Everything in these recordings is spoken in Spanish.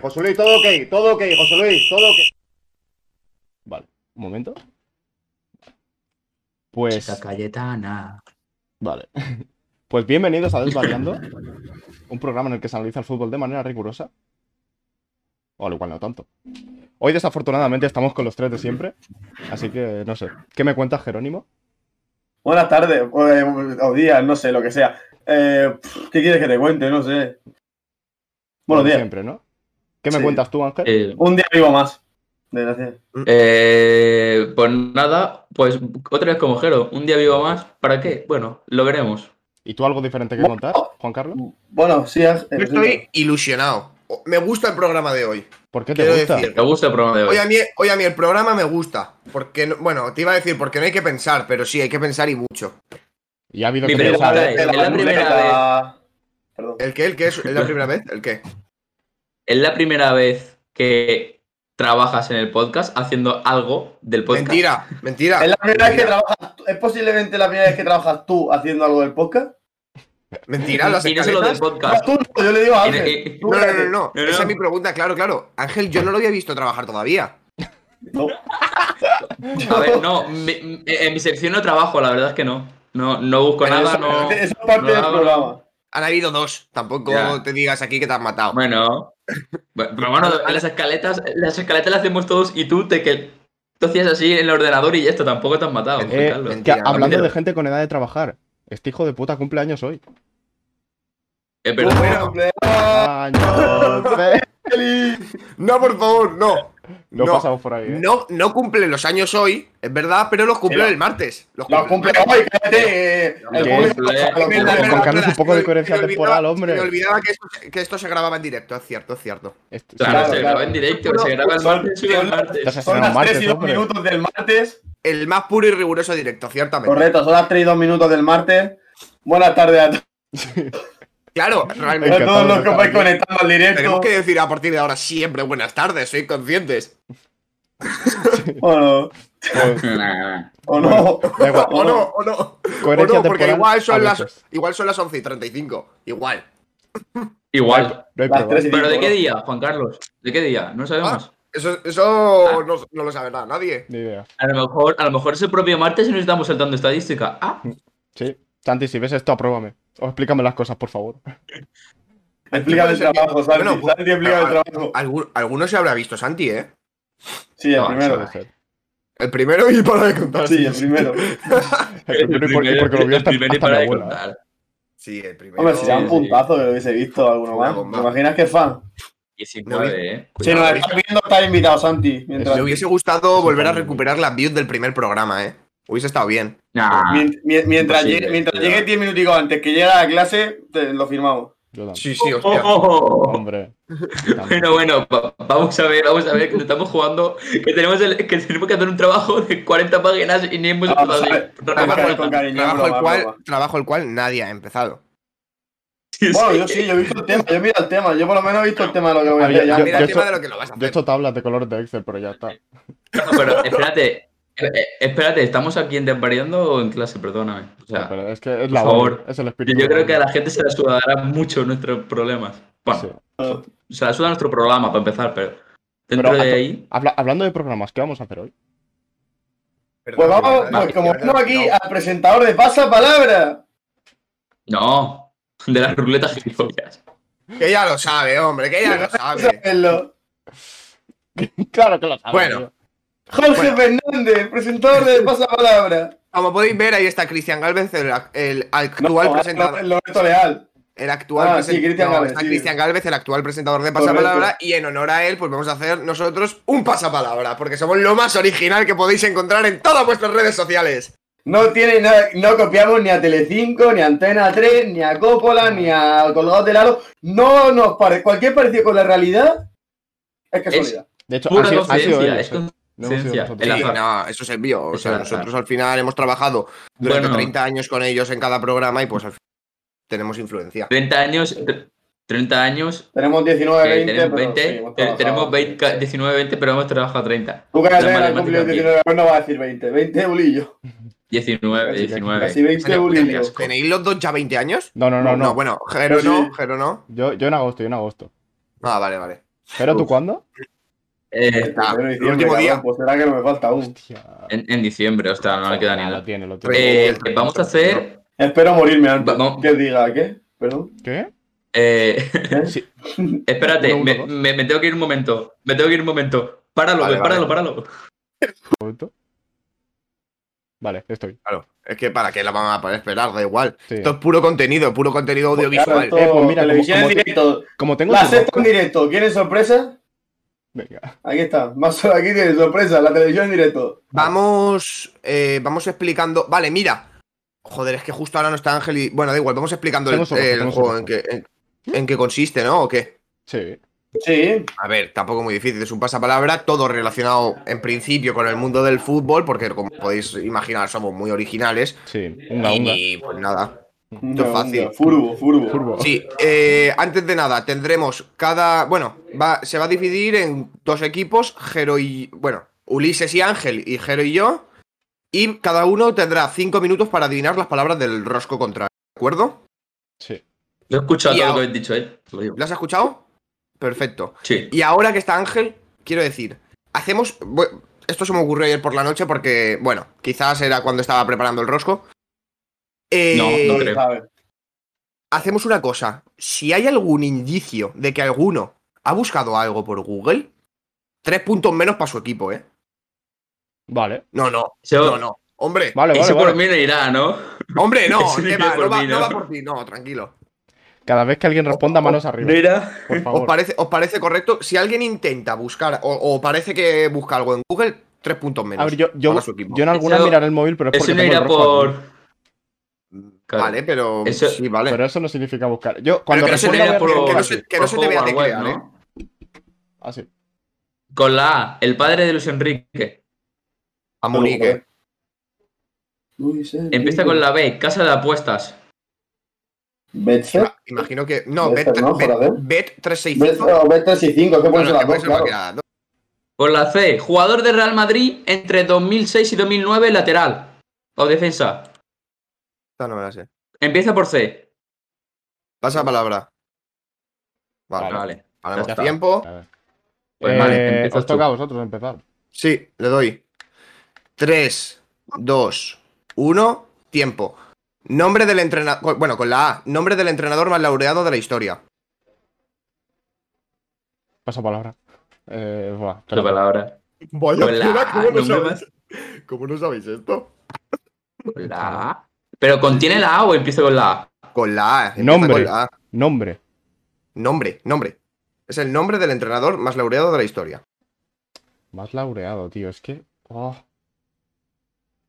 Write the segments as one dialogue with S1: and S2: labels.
S1: José Luis, todo ok, todo ok, José Luis, todo ok.
S2: Vale, un momento. Pues.
S3: Chica Cayetana.
S2: Vale. Pues bienvenidos a Desvariando, un programa en el que se analiza el fútbol de manera rigurosa. O al igual no tanto. Hoy desafortunadamente estamos con los tres de siempre, así que no sé. ¿Qué me cuentas, Jerónimo?
S4: Buenas tardes, o, eh, o días, no sé, lo que sea. Eh, pff, ¿Qué quieres que te cuente? No sé.
S2: Bueno,
S4: Buenos días.
S2: siempre, ¿no? ¿Qué me
S4: Sí.
S2: cuentas tú, Ángel?
S3: Eh,
S4: Un día vivo más. De gracias.
S3: eh, pues nada, pues otra vez como Jero, un día vivo más, ¿para qué? Bueno, lo veremos.
S2: ¿Y tú algo diferente que
S4: Bueno.
S2: contar, Juan Carlos?
S4: Bueno, sí, eh, Ángel,
S5: Yo estoy ilusionado. O- Me gusta el programa de hoy.
S2: ¿Por qué te
S5: Quiero
S2: gusta?
S5: decir,
S3: ¿Te gusta el programa de hoy?
S5: Hoy a, mí, hoy a mí el programa me gusta. Porque, no- bueno, te iba a decir porque no hay que pensar, pero sí, hay que pensar y mucho.
S2: Y ha habido
S3: Mi
S2: que
S3: pregunta
S2: pensar,
S3: es-
S2: ¿eh?
S3: Es la primera
S4: vez. Perdón.
S5: ¿El qué? ¿El qué? ¿Es es la primera vez? ¿El qué?
S3: Es la primera vez que trabajas en el podcast haciendo algo del podcast.
S5: Mentira, mentira.
S4: ¿Es la primera vez que
S5: mentira.
S4: trabajas tú- ¿Es posiblemente la primera vez que trabajas tú haciendo algo del podcast?
S5: Mentira, las
S3: y no solo del
S5: escaletas.
S3: podcast.
S4: Tú, no, yo le digo a
S3: Y de-
S4: Ángel.
S3: y-
S5: No, no, no, no, no.
S3: No, no.
S5: Esa es mi pregunta, claro, claro. Ángel, yo no lo había visto trabajar todavía.
S4: No.
S3: a ver, no, mi- mi- en mi sección no trabajo, la verdad es que no. No, no busco
S5: Pero
S3: nada,
S5: eso-
S3: no.
S4: eh, Eso es parte
S3: no,
S4: del
S3: no.
S4: programa.
S5: Han habido dos. Tampoco
S3: Ya.
S5: te digas aquí que te has matado.
S3: Bueno. Bueno, Pero bueno, las escaletas, las escaletas las hacemos todos y tú te que tú hacías así en el ordenador y esto tampoco te has matado, Juan
S2: Eh,
S3: Carlos.
S2: que
S5: Mentira,
S2: hablando
S3: mentira.
S2: de gente con edad de trabajar, este hijo de puta cumple años hoy.
S3: Es verdad.
S5: Bueno,
S2: ¡Años! eh.
S5: no, por favor, no.
S2: Lo
S5: No.
S2: pasamos por ahí. ¿eh?
S5: No, no cumple los años hoy, es verdad, pero los cumple
S4: Pero-
S5: el martes. Los
S4: Los cumple hoy, cállate. eh,
S2: Que-
S4: El público
S3: Verdad,
S4: lo cumple.
S2: Juan
S5: verdad,
S2: Carlos, un poco
S5: se me
S2: de coherencia
S5: olvidaba-
S2: temporal, hombre.
S5: Se me olvidaba que esto, que esto se grababa en directo, es cierto, es cierto.
S2: Este-
S3: Claro,
S4: Claro,
S3: se
S4: claro.
S3: graba en directo, se graba el
S4: Son-
S3: martes, sube el
S4: son-
S2: Estás
S3: martes.
S4: Son
S2: estrenando
S4: las 3 y
S2: martes,
S4: 2
S2: hombre.
S4: minutos del martes.
S5: El más puro y riguroso directo, ciertamente.
S4: Correcto, son las 3 y 2 minutos del martes. Buenas tardes a, to-
S5: Claro,
S4: a
S5: realmente.
S2: Encantado
S4: todos los
S2: de
S4: que
S2: estar
S4: vais
S2: aquí.
S4: conectando al
S5: Tenemos
S4: directo.
S5: que decir a partir de ahora siempre buenas tardes, soy conscientes.
S4: Bueno,
S2: Pues,
S4: o no.
S2: da igual.
S5: O no, o no. O
S2: Pues, Coherencia
S5: no, porque
S2: temporal
S5: igual
S3: Ah,
S2: a
S5: son, las,
S3: pues,
S2: veces.
S5: igual son las 11 y 35. Igual.
S3: Igual.
S2: No hay
S4: Las
S2: problema.
S4: tres y-
S3: ¿Pero de
S4: ¿no?
S3: qué día, Juan Carlos? ¿De qué día? No
S2: Ah.
S3: sabemos.
S5: Ah, Eso, eso no, no lo sabe nada, nadie.
S2: Ni idea.
S3: A lo mejor, a lo mejor es el propio martes y nos estamos saltando estadística. Ah,
S2: Sí. Santi, si ves esto, apruébame. O explícame las cosas, por favor.
S4: Explícame el
S5: Puede ser que-
S4: trabajo, Santi.
S5: Bueno, pues-
S4: Santi, explícame el
S5: al-
S4: trabajo.
S5: algún- alguno se habrá visto, Santi, ¿eh?
S4: Sí, el
S3: No,
S4: primero.
S2: Puede ser.
S5: El primero y para de contar.
S4: Sí, el primero.
S2: El primero y por- y porque lo vio
S3: el
S2: hasta,
S3: primero
S2: hasta
S3: y
S2: mi
S3: para de
S2: abuela. ¿eh?
S3: contar.
S5: Sí, el primero.
S4: Hombre, si
S3: sí,
S4: da
S3: sí.
S4: un puntazo que lo hubiese visto alguno
S5: Una
S4: más.
S5: bomba.
S4: ¿Te imaginas que fan?
S3: 19, eh.
S4: Si
S3: Cuidado,
S4: nos
S3: eh.
S4: estás viendo, estás invitado, Santi. Mientras,
S5: Me hubiese gustado
S2: Eso
S5: volver a
S2: también.
S5: recuperar las views del primer programa, ¿eh? Hubiese estado bien.
S3: Nah.
S4: mien- mien- mientras,
S3: Imposible,
S4: llegue, mientras
S3: cuidado.
S4: llegue 10 minuticos antes que llegue a la clase, te- lo firmamos.
S2: Yo también.
S5: Sí, sí,
S3: Oh,
S5: hostia.
S3: oh, oh.
S2: Hombre.
S3: Bueno, bueno, va- vamos a ver, vamos a ver que nos estamos jugando, que tenemos, el- que tenemos que hacer un trabajo de 40 páginas y ni hemos
S4: Vamos
S3: empezado.
S4: a ver,
S3: No, no,
S4: Con
S3: no,
S4: cari-
S3: no.
S4: con cariño,
S5: Trabajo
S4: broma,
S5: el, cual,
S4: broma.
S5: trabajo el cual nadie ha empezado.
S3: Sí,
S4: Bueno,
S3: sí.
S4: yo sí, yo he visto el tema, yo he mirado el tema, yo por lo menos he visto el tema de lo que voy a
S2: Ah, yo-
S4: hacer. ya.
S2: yo-
S5: Mira, el tema
S2: esto-
S5: de lo que lo vas a
S2: Yo he
S5: hacer.
S2: hecho tablas de colores de Excel, pero ya está.
S3: No, pero espérate, eh, eh, espérate, ¿estamos aquí en Desvariando o en clase? Perdóname. O sea,
S2: Pero es que es la
S3: por
S2: hora,
S3: favor.
S2: Es el
S3: yo,
S2: espíritu.
S3: yo
S2: de
S3: creo que a
S2: hora.
S3: la gente se la sudará mucho nuestros problemas. Bueno,
S2: Sí.
S3: se la suda nuestro programa para empezar, pero dentro
S2: Pero,
S3: de
S2: a-
S3: ahí.
S2: Habla- hablando de programas, ¿qué vamos a hacer hoy?
S4: Pues vamos, pues como tenemos aquí al presentador de Pasapalabra.
S3: No, de las ruletas gilipollas.
S5: Que ya lo sabe, hombre, que ya lo sabe.
S4: Saberlo.
S2: claro que lo sabes.
S5: Bueno.
S2: tío.
S4: Jorge Fernández, presentador de Pasapalabra.
S5: Como podéis ver, ahí está Cristian Galvez, el, el actual
S4: No,
S5: presentador.
S4: no, Loreto Leal.
S5: El actual
S4: Ah, sí,
S5: presentador.
S4: Cristian Gálvez,
S5: está
S4: sí.
S5: Cristian Galvez, el actual presentador de Pasapalabra. Y en honor a él, pues vamos a hacer nosotros un Pasapalabra. Porque somos lo más original que podéis encontrar en todas vuestras redes sociales.
S4: No tiene nada, no copiamos ni a Telecinco, ni a Antena 3, ni a Coppola, ni a Colgados del Aro. No nos parece. Cualquier parecido con la realidad es casualidad.
S2: De hecho, ha
S3: Pura
S2: sido, ha sido
S3: coincidencia,
S2: ellos,
S3: es
S2: eh.
S3: con-
S2: No hemos sido
S3: coincidencia.
S2: nosotros.
S3: El
S5: Sí,
S3: azar.
S5: no, eso es el bio. O
S3: Es
S5: sea,
S3: el azar.
S5: nosotros al final hemos trabajado durante
S3: Bueno.
S5: 30 años con ellos en cada programa y pues al final tenemos influencia.
S3: 30 años, 30 años,
S4: Tenemos
S3: eh,
S4: 19, 20.
S3: tenemos
S4: pero
S3: 20,
S4: sí, hemos
S3: te- tenemos
S4: trabajado.
S3: 20, 19, 20, pero hemos trabajado 30.
S4: Tú que
S3: La
S4: has
S3: matemática
S4: cumplido
S3: bien.
S4: 19, pues no vas a decir 20. 20 bulillo.
S3: 19,
S2: Casi, casi,
S3: 19.
S4: Casi 20
S3: Qué
S4: bulillo.
S3: asco.
S5: ¿Tenéis los dos ya 20 años?
S2: No, no, no, no.
S5: bueno, Jero
S4: Sí.
S5: no, Jero no.
S2: Yo, yo en agosto, yo en agosto.
S5: Ah, vale, vale.
S2: ¿Pero tú cuándo?
S3: Eh,
S4: Primero
S5: Está,
S4: de
S5: el
S4: diciembre,
S5: último
S4: cabrón,
S5: día.
S4: Pues será que no me falta aún.
S2: Hostia.
S3: en, en diciembre, o sea, no le queda ni
S2: Ah, Lo
S3: nada.
S2: tiene, lo tiene.
S3: Eh, vamos a hacer.
S4: Espero morirme antes.
S3: Vamos.
S4: Que diga, ¿qué? Perdón.
S2: ¿Qué?
S3: eh,
S4: ¿Eh?
S2: Sí.
S3: espérate,
S2: Uno, uno,
S3: me,
S2: dos.
S3: me- me tengo que ir un momento. Me tengo que ir un momento. Páralo,
S5: Vale,
S3: ve,
S5: vale.
S3: páralo, páralo.
S2: Un momento. Vale, estoy.
S5: Claro, es que para qué la van a poder esperar, da igual.
S2: Sí.
S5: Esto es puro contenido, puro contenido
S4: Claro,
S5: audiovisual.
S4: esto-
S2: Eh, pues mira,
S4: televisión
S2: como-
S4: en directo.
S2: Como tengo
S4: La
S2: tu
S4: sexta en
S2: voz-
S4: directo. ¿Quieren sorpresa?
S2: Venga.
S4: Aquí está. Más aquí tiene sorpresa. La televisión en directo.
S5: Vamos, eh, vamos explicando. Vale, mira. Joder, es que justo ahora no está Ángel y. Bueno, da igual, vamos explicando el,
S2: Tengo socorro,
S5: el
S2: tengo
S5: juego
S2: socorro.
S5: en qué, en, en qué consiste, ¿no? ¿O qué?
S2: Sí.
S4: Sí.
S5: A ver, tampoco muy difícil, es un pasapalabra, todo relacionado en principio con el mundo del fútbol, porque como podéis imaginar, somos muy originales.
S2: Sí. Unga, unga.
S5: Y pues nada.
S4: No,
S5: es fácil.
S4: no, Furbo, furbo.
S2: Furbo.
S5: Sí, eh, antes de nada, tendremos cada. Bueno, va, se va a dividir en dos equipos, Jero y. Bueno, Ulises y Ángel y Jero y yo. Y cada uno tendrá cinco minutos para adivinar las palabras del rosco contrario. ¿De acuerdo?
S2: Sí.
S3: Yo he escuchado
S5: Y
S3: todo lo que
S5: ahora-
S3: habéis dicho, ¿eh? Te lo digo.
S5: ¿Lo has escuchado? Perfecto.
S3: Sí.
S5: Y ahora que está Ángel, quiero decir, hacemos. bu- Esto se me ocurrió ayer por la noche porque, bueno, quizás era cuando estaba preparando el rosco. Eh,
S3: No, no creo.
S4: ¿sabes?
S5: Hacemos una cosa. Si hay algún indicio de que alguno ha buscado algo por Google, tres puntos menos para su equipo, ¿eh?
S2: Vale.
S5: No, no,
S3: Eso,
S5: no, no. Hombre,
S2: Vale, vale,
S3: eso
S2: vale.
S3: por mí no irá, ¿no?
S5: hombre, no,
S3: Eso
S5: ¿qué
S3: no
S5: va?
S3: es por
S5: no, va,
S3: mí,
S5: no
S3: ¿no?
S5: va por ti, no, tranquilo.
S2: Cada vez que alguien responda, manos arriba.
S3: No irá.
S2: Por
S5: ¿Os
S2: favor.
S5: parece, ¿Os parece correcto? Si alguien intenta buscar o, o parece que busca algo en Google, tres puntos menos.
S2: A ver, yo, yo,
S5: para su equipo.
S2: yo en alguna
S3: Eso-
S2: miraré el móvil, pero es Pues porque
S3: Eso no
S2: tengo el
S3: irá
S2: rostro
S3: por.
S2: aquí.
S3: Claro.
S5: Vale, pero.
S3: Eso-
S5: sí, vale.
S2: Pero eso no significa buscar. Yo, cuando
S5: que no se
S2: responda,
S5: te
S2: voy a
S5: vea por-
S2: responder
S5: que no
S2: así.
S5: se- que ¿eh? no
S3: por
S5: se te vea
S3: Howard Webb,
S5: teclear,
S3: ¿no?
S2: Así.
S3: Con la A, el padre de Luis Enrique.
S5: a Munique.
S4: Luis Enrique.
S3: Empieza con la B, casa de apuestas.
S4: Betfair.
S5: Ah, Imagino que. No,
S4: Vete,
S5: Bet,
S4: ¿no?
S5: bet,
S4: Joder.
S5: bet 365.
S4: Betfair, Betfair 65, es que pueden oh,
S5: Bueno,
S4: ser
S5: que
S4: las
S5: puede
S4: dos,
S5: ser
S4: claro.
S5: cualquiera de las dos.
S3: Con la C, jugador de Real Madrid entre 2006 y 2009, lateral o defensa.
S5: Esta no me la sé.
S3: Empieza por C.
S5: Pasa palabra. Vale,
S3: Vale,
S2: Vale.
S5: paramos
S3: ya está.
S5: tiempo.
S2: A ver.
S3: Pues
S2: Eh,
S3: vale, empiezas
S2: os toca
S3: tú.
S2: a vosotros empezar.
S5: Sí, le doy. 3, 2, 1, tiempo. Nombre del entrenador. Bueno, con la A. Nombre del entrenador más laureado de la historia.
S2: Pasa palabra. Eh, buah,
S3: La
S2: espera.
S3: palabra.
S5: Vaya,
S3: Con la tela, ¿cómo A, no nombre sabéis-
S5: ¿Cómo no sabéis esto?
S3: Con la A. Pues ¿Pero contiene la A o empieza con la A?
S5: Con la A. empieza
S2: Nombre.
S5: Con la A.
S2: Nombre.
S5: Nombre, nombre. Es el nombre del entrenador más laureado de la historia.
S2: Más laureado, tío. Es que. oh,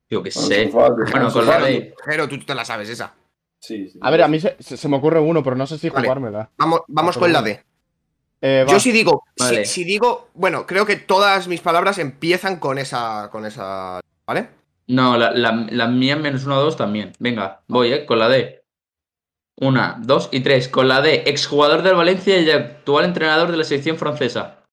S3: Yo qué
S4: Bueno,
S3: sé.
S4: Sofá,
S3: Bueno,
S4: Sofá,
S3: con la D.
S5: Jero, tú te la sabes esa.
S4: Sí, sí.
S2: A ver, a mí se, se- se me ocurre uno, pero no sé si
S5: Vale.
S2: jugármela.
S5: Vamos, vamos con la D.
S2: Eh, va.
S5: Yo sí digo, si-
S3: Vale.
S5: si, digo, bueno, creo que todas mis palabras empiezan con esa, con esa, ¿vale?
S3: No, la, la, la mía menos 1 2 también. Venga, voy, ¿eh? Con la D. Una, dos y tres. Con la D, exjugador del Valencia y actual entrenador de la selección francesa.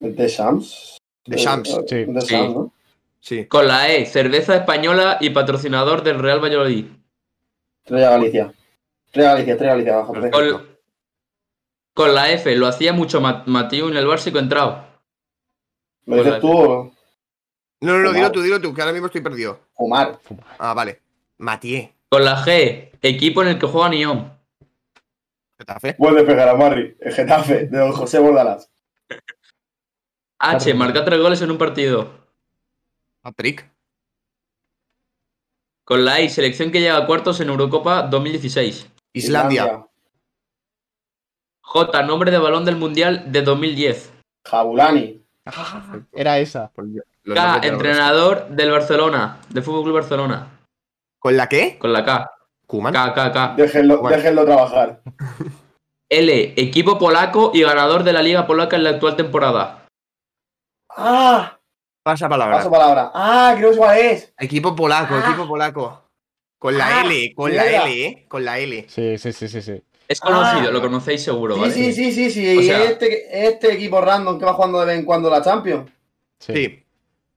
S4: De Shams.
S5: De Shams,
S4: Eh,
S2: sí.
S4: De
S3: Sí.
S4: Shams, ¿no?
S5: Sí.
S3: Con la E, cerveza española y patrocinador del Real Valladolid.
S4: Estrella Galicia. Estrella Galicia, Estrella Galicia, baja. tres.
S3: Con, con la F, lo hacía mucho Ma- Matiu en el Barça y Contrao.
S4: ¿Lo dices tú o
S5: No, no, no, dilo
S4: Fumar.
S5: tú, dilo tú, que ahora mismo estoy perdido.
S4: Omar?
S5: Ah, vale. Matié.
S3: Con la G, equipo en el que juega Nión.
S5: Getafe.
S4: Vuelve a pegar a Marri. El Getafe, de don José Bordalás.
S3: H,
S2: Claro.
S3: marca tres goles en un partido.
S5: Patrick.
S3: Con la I, selección que llega a cuartos en Eurocopa 2016.
S5: Islandia.
S3: J, nombre de balón del Mundial de 2010.
S4: Jabulani.
S2: Era esa.
S5: Los
S3: K,
S5: nombres de los-
S3: Ah, entrenador del Barcelona, del Fútbol Club Barcelona.
S5: ¿Con la qué?
S3: Con la K.
S5: Kuman.
S3: K, K, K.
S4: Déjenlo,
S5: Bueno.
S4: déjenlo trabajar.
S3: L, equipo polaco y ganador de la Liga Polaca en la actual temporada.
S4: ¡Ah!
S5: Pasa palabra.
S4: Paso palabra. ¡Ah! Creo que es cuál es.
S5: Equipo polaco,
S4: Ah.
S5: equipo polaco. Con la
S4: Ah,
S5: L, con la
S4: mierda.
S5: L, ¿eh? Con la L.
S2: Sí, sí, sí, sí. sí.
S3: Es conocido,
S4: Ah.
S3: lo conocéis seguro,
S4: Sí,
S3: ¿vale?
S4: sí, sí, sí, sí.
S3: O sea-
S4: este, este equipo random que va jugando de vez en cuando la Champions.
S2: sí.
S5: Sí.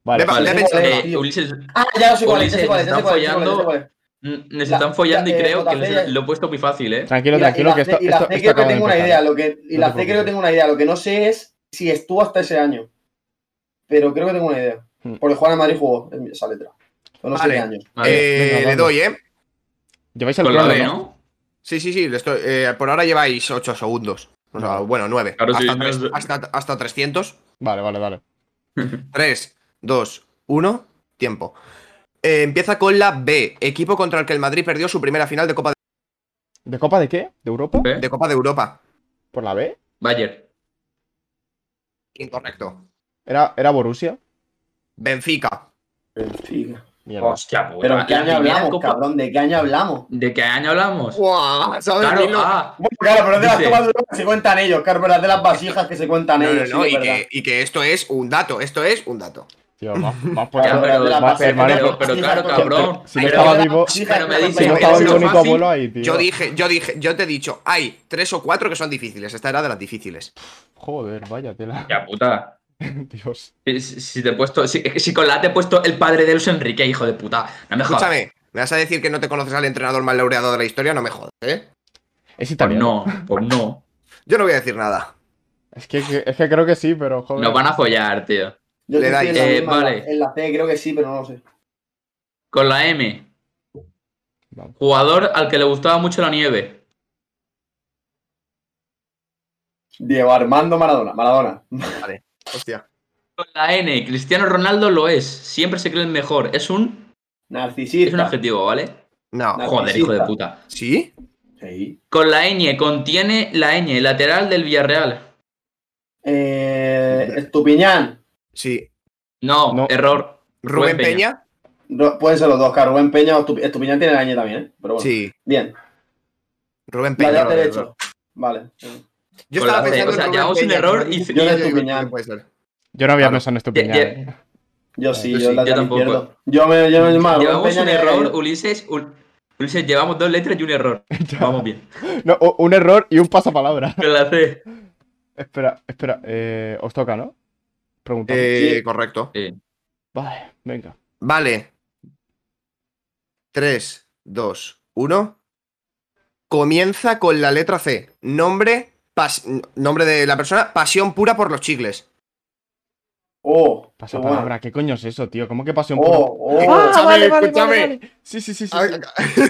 S2: Vale.
S5: Depa-
S3: Vale.
S5: depensa-
S3: Eh,
S4: tío.
S3: Ulises,
S4: Ah, ya sé cuál es, ya sé
S3: Ulises,
S4: cuál es, ya sé cuál
S3: Pues están
S4: es, ya sé cuál es, ya sé
S3: follando.
S4: cuál es.
S3: Mm, Nos están
S4: la-
S3: follando y
S4: eh,
S3: creo que
S4: JC,
S3: les-
S4: ya-
S3: lo he puesto muy fácil, ¿eh?
S2: Tranquilo,
S4: Y la- y
S2: tranquilo,
S4: la
S2: que esto,
S4: C- y la
S2: esto-
S4: C
S2: esto
S4: creo que
S2: acaba de
S4: tengo una
S2: empezar.
S4: idea. Lo que, y
S2: No
S4: la
S2: te
S4: C creo
S2: preocupes.
S4: que tengo una idea. Lo que no sé es si estuvo hasta ese año. Pero creo que tengo una idea.
S2: Hmm.
S4: Porque Juan Madrid jugó en esa letra. Pero no sé
S5: Vale.
S4: qué año.
S3: Vale.
S5: Eh,
S2: venga,
S5: le
S2: vamos.
S5: doy, ¿eh?
S2: Lleváis el
S3: Con la
S2: crono,
S3: D,
S2: ¿no?
S3: ¿no?
S5: Sí, sí, sí. le estoy- eh, por ahora lleváis 8 segundos. O sea, bueno, 9.
S3: Claro,
S5: hasta,
S3: sí,
S5: tres-
S3: no sé.
S5: hasta, hasta 300.
S2: Vale, vale, vale.
S5: 3, 2, 1, tiempo. Eh, empieza con la B, equipo contra el que el Madrid perdió su primera final de Copa
S2: ¿De Copa de qué? ¿De Europa?
S5: de,
S3: ¿Eh?
S5: de Copa de Europa.
S2: ¿Por la B?
S3: Bayer.
S5: Incorrecto.
S2: ¿Era, era Borussia?
S5: Benfica.
S2: Pues Mierda.
S3: Hostia, pues.
S4: Pero
S3: la-
S4: ¿en qué
S3: la
S4: año
S3: primera
S4: hablamos,
S3: copa-
S4: cabrón? ¿De qué año hablamos?
S3: ¿De qué año hablamos?
S5: Buah, ¿sabes?
S3: Claro,
S5: Mil no-
S3: ah,
S4: Bueno, claro, pero es de las
S3: Dice-
S4: copas de Europa que se cuentan ellos, claro, pero es de las vasijas que se cuentan
S5: No, no,
S4: ellos.
S5: no,
S4: sí,
S5: y,
S4: es verdad.
S5: que, y que esto es un dato, esto es un dato.
S2: Tío, más, más por
S4: Claro,
S3: ya,
S2: ahí.
S4: pero
S3: pero,
S4: de las
S3: pero-
S4: vasijas,
S2: pero-
S4: de las
S3: pero
S4: vasijas,
S3: claro,
S4: de las
S3: cabrón,
S4: vasijas.
S2: si no
S4: Pero
S2: estaba
S4: de las
S2: vivo-
S4: vasijas,
S3: pero me
S4: de las
S2: Si
S3: dice- pero
S2: no
S4: vasijas.
S2: estaba
S3: hubiera
S2: mi
S3: sido
S2: bonito
S3: fácil.
S2: abuelo ahí, tío.
S5: Yo dije, yo dije, yo te he dicho, hay tres o cuatro que son difíciles. Esta era de las difíciles.
S2: Joder, vaya tela.
S3: Ya, puta.
S2: Dios.
S3: Si, si te he puesto. Si, si con la A te he puesto el padre de Luis Enrique, hijo de puta. No me jodas.
S5: Escúchame, ¿me vas a decir que no te conoces al entrenador más laureado de la historia? No me jodas, ¿eh?
S2: Es
S3: Pues
S2: italiano.
S3: no, pues no.
S5: Yo no voy a decir nada.
S2: Es que, es que creo que sí, pero joder.
S3: Nos van a follar, tío.
S4: Yo
S5: Le
S4: estoy
S5: dais.
S4: en la
S3: Eh,
S4: misma, en la-
S3: vale.
S4: En la C creo que sí, pero no lo sé.
S3: Con la M.
S2: Vamos.
S3: Jugador al que le gustaba mucho la nieve.
S4: Diego Armando Maradona. Maradona.
S5: Hostia.
S3: Con la N. Cristiano Ronaldo lo es. Siempre se cree el mejor. Es un. Es un
S4: Narcisista.
S3: adjetivo, ¿vale?
S5: No.
S4: No.
S3: Joder, hijo de puta.
S5: ¿Sí?
S4: Sí.
S3: Con la ñ. Contiene la ñ. Lateral del Villarreal.
S4: Eh, Estupiñán.
S5: Sí.
S3: No,
S2: No.
S3: error.
S5: ¿Rubén
S3: Rubén Peña.
S5: Peña?
S4: Ro- Pueden ser los dos, claro. Rubén Peña o Estupi- Estupiñán tiene el año también, ¿eh? Pero bueno.
S5: Sí.
S4: Bien.
S5: Rubén Peña.
S4: Lateral
S5: no, no, no.
S4: derecho. Vale.
S5: Yo
S3: Con
S5: estaba
S3: la C,
S5: pensando
S3: o sea,
S5: en
S3: llevamos
S5: Rubén
S3: un
S5: Peña,
S3: error
S5: pero
S3: y-
S5: dice
S3: Yo
S4: no
S5: Peña,
S4: estoy
S5: digo,
S4: piñando.
S5: no puede ser.
S2: Yo no había
S5: Claro.
S2: pensado en esto,
S3: Lle-
S2: Peña,
S3: lle-
S2: ¿eh?
S4: Yo sí,
S5: Yo
S4: yo
S5: sí,
S4: lateral
S3: yo tampoco. Mm,
S4: izquierdo. Yo me yo me más, Rubén
S3: llevamos
S4: Peña
S3: un
S4: ni-
S3: error, Ulises. Ul- Ulises, llevamos dos letras y un error. Vamos bien.
S2: eh. No, u- un error y un pasapalabra.
S3: Con la C.
S2: Espera, espera. eh, os toca, ¿no? Preguntamos.
S5: Eh,
S4: Sí.
S5: Correcto.
S2: Vale, venga.
S5: Vale. 3, 2, 1. Comienza con la letra C. Nombre, pas- nombre de la persona, pasión pura por los chicles.
S4: Oh, qué bueno.
S2: Pasapalabra, ¿qué coño es eso, tío? ¿Cómo que pasión por
S4: Oh, oh.
S2: Ah, vale, vale,
S5: escúchame.
S2: vale, vale. Sí, sí, sí, sí. sí.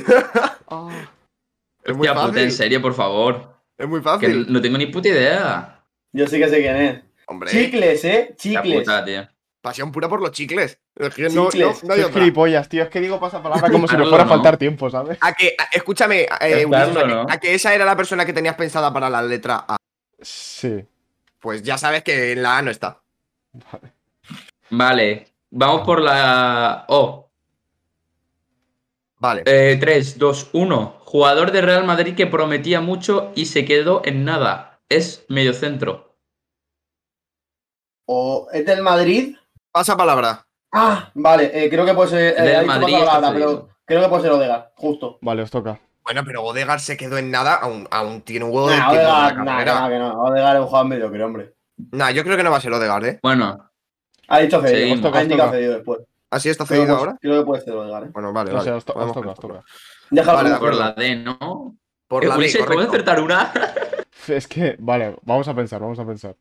S2: Ah.
S5: es muy
S3: Ya, puta, en
S5: fácil.
S3: serio, por favor.
S5: Es muy
S3: Que
S5: fácil.
S3: no tengo ni puta idea.
S4: Yo sí que sé quién es.
S5: Hombre,
S4: Chicles, ¿eh?
S3: La
S4: Chicles.
S3: puta, tío.
S5: pasión pura por los chicles. Es que no- no-
S4: Chicles.
S5: no hay
S2: Qué
S5: otra.
S2: gilipollas, tío. Es que digo pasapalabra como si me
S3: Hazlo,
S2: fuera a
S3: ¿no?
S2: faltar tiempo, ¿sabes?
S5: A que, a- escúchame, eh,
S3: Está
S5: Ulises, a,
S3: claro,
S5: que-
S3: ¿no?
S5: a que esa era la persona que tenías pensada para la letra A.
S2: Sí.
S5: Pues ya sabes que en la A no está.
S3: Vale, vamos por la O.
S5: Vale.
S3: Eh, 3, 2, 1. Jugador de Real Madrid que prometía mucho y se quedó en nada. Es mediocentro.
S4: O es del Madrid.
S5: Pasa palabra.
S4: Ah, vale. eh, creo que puede ser. eh,
S3: Del
S4: ha dicho
S3: Madrid,
S4: Pasapalabra,
S3: está
S4: pero
S3: cedido.
S4: creo que puede ser Odegaard, justo.
S2: Vale, os toca.
S5: Bueno, pero Odegar se quedó en nada, aún, aún tiene un huevo de
S4: Nah,
S5: tiempo en la
S4: Odegaard, nah, que
S5: carrera.
S4: no, que no. Odegaard es un jugador mediocre, hombre.
S5: Nah, yo creo que no va a ser Odegar, ¿eh?
S3: Bueno,
S4: Ha dicho cedido.
S3: Seguimos.
S4: ha indicado cedido después.
S5: Así está
S4: Creo que
S5: cedido
S4: puede-
S5: ahora.
S4: Creo que puede ser Odegaard, ¿eh?
S5: Bueno, vale,
S2: O
S5: vale.
S2: sea, os, to- os
S5: Vamos
S2: toca, os
S5: con esto.
S2: toca.
S4: Déjalo.
S5: Vale, de
S3: por
S5: acuerdo.
S3: la D, ¿no?
S5: Por
S3: Eh,
S5: la D,
S3: Ulises, ¿podemos
S5: correcto.
S3: acertar una?
S2: Es que, vale, vamos a pensar, vamos a pensar.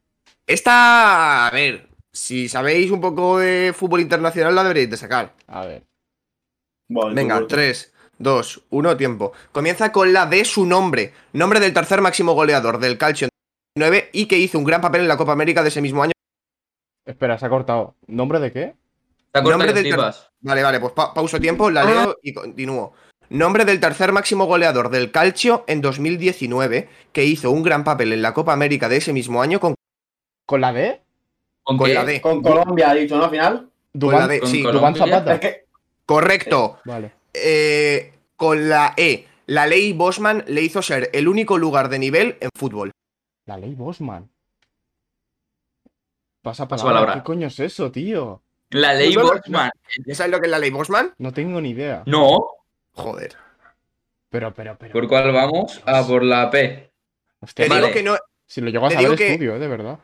S5: Esta, a ver, si sabéis un poco de fútbol internacional, la deberéis de sacar.
S2: A ver.
S4: Vale,
S5: Venga,
S4: tú-
S5: 3, 2, 1, tiempo. Comienza con la de su nombre. Nombre del tercer máximo goleador del Calcio en 2009 y que hizo un gran papel en la Copa América de ese mismo año.
S2: Espera, se ha cortado. ¿Nombre de qué?
S3: La corta
S5: Nombre
S3: que
S5: del ter-
S3: flipas.
S5: Vale, vale, pues pa- pauso tiempo, la leo y continúo. Nombre del tercer máximo goleador del Calcio en 2019, que hizo un gran papel en la Copa América de ese mismo año con,
S2: ¿Con la D?
S3: ¿Con
S5: con
S3: qué?
S5: la D.
S4: Con Colombia ha dicho, ¿no? Al final.
S5: Con la
S2: Dubán,
S5: D,
S3: con
S5: sí.
S3: Colombia.
S2: Dubán
S4: Es
S2: Zapata.
S4: que.
S5: Correcto.
S2: Vale.
S5: Eh, con la E. La ley Bosman le hizo ser el único lugar de nivel en fútbol.
S2: La ley Bosman. Pasa
S3: palabra.
S2: palabra. ¿Qué coño es eso, tío?
S3: La ley
S5: No, no, no.
S3: Bosman.
S5: ¿Ya sabes lo que es la ley Bosman?
S2: No tengo ni idea.
S3: No.
S5: Joder.
S2: Pero, pero, pero.
S3: ¿Por cuál vamos? Ah, por la P.
S2: Hostia,
S5: Te
S3: Vale.
S5: digo que no,
S2: Si lo llego a
S5: te
S2: saber,
S5: digo que-
S2: estudio, eh, de verdad.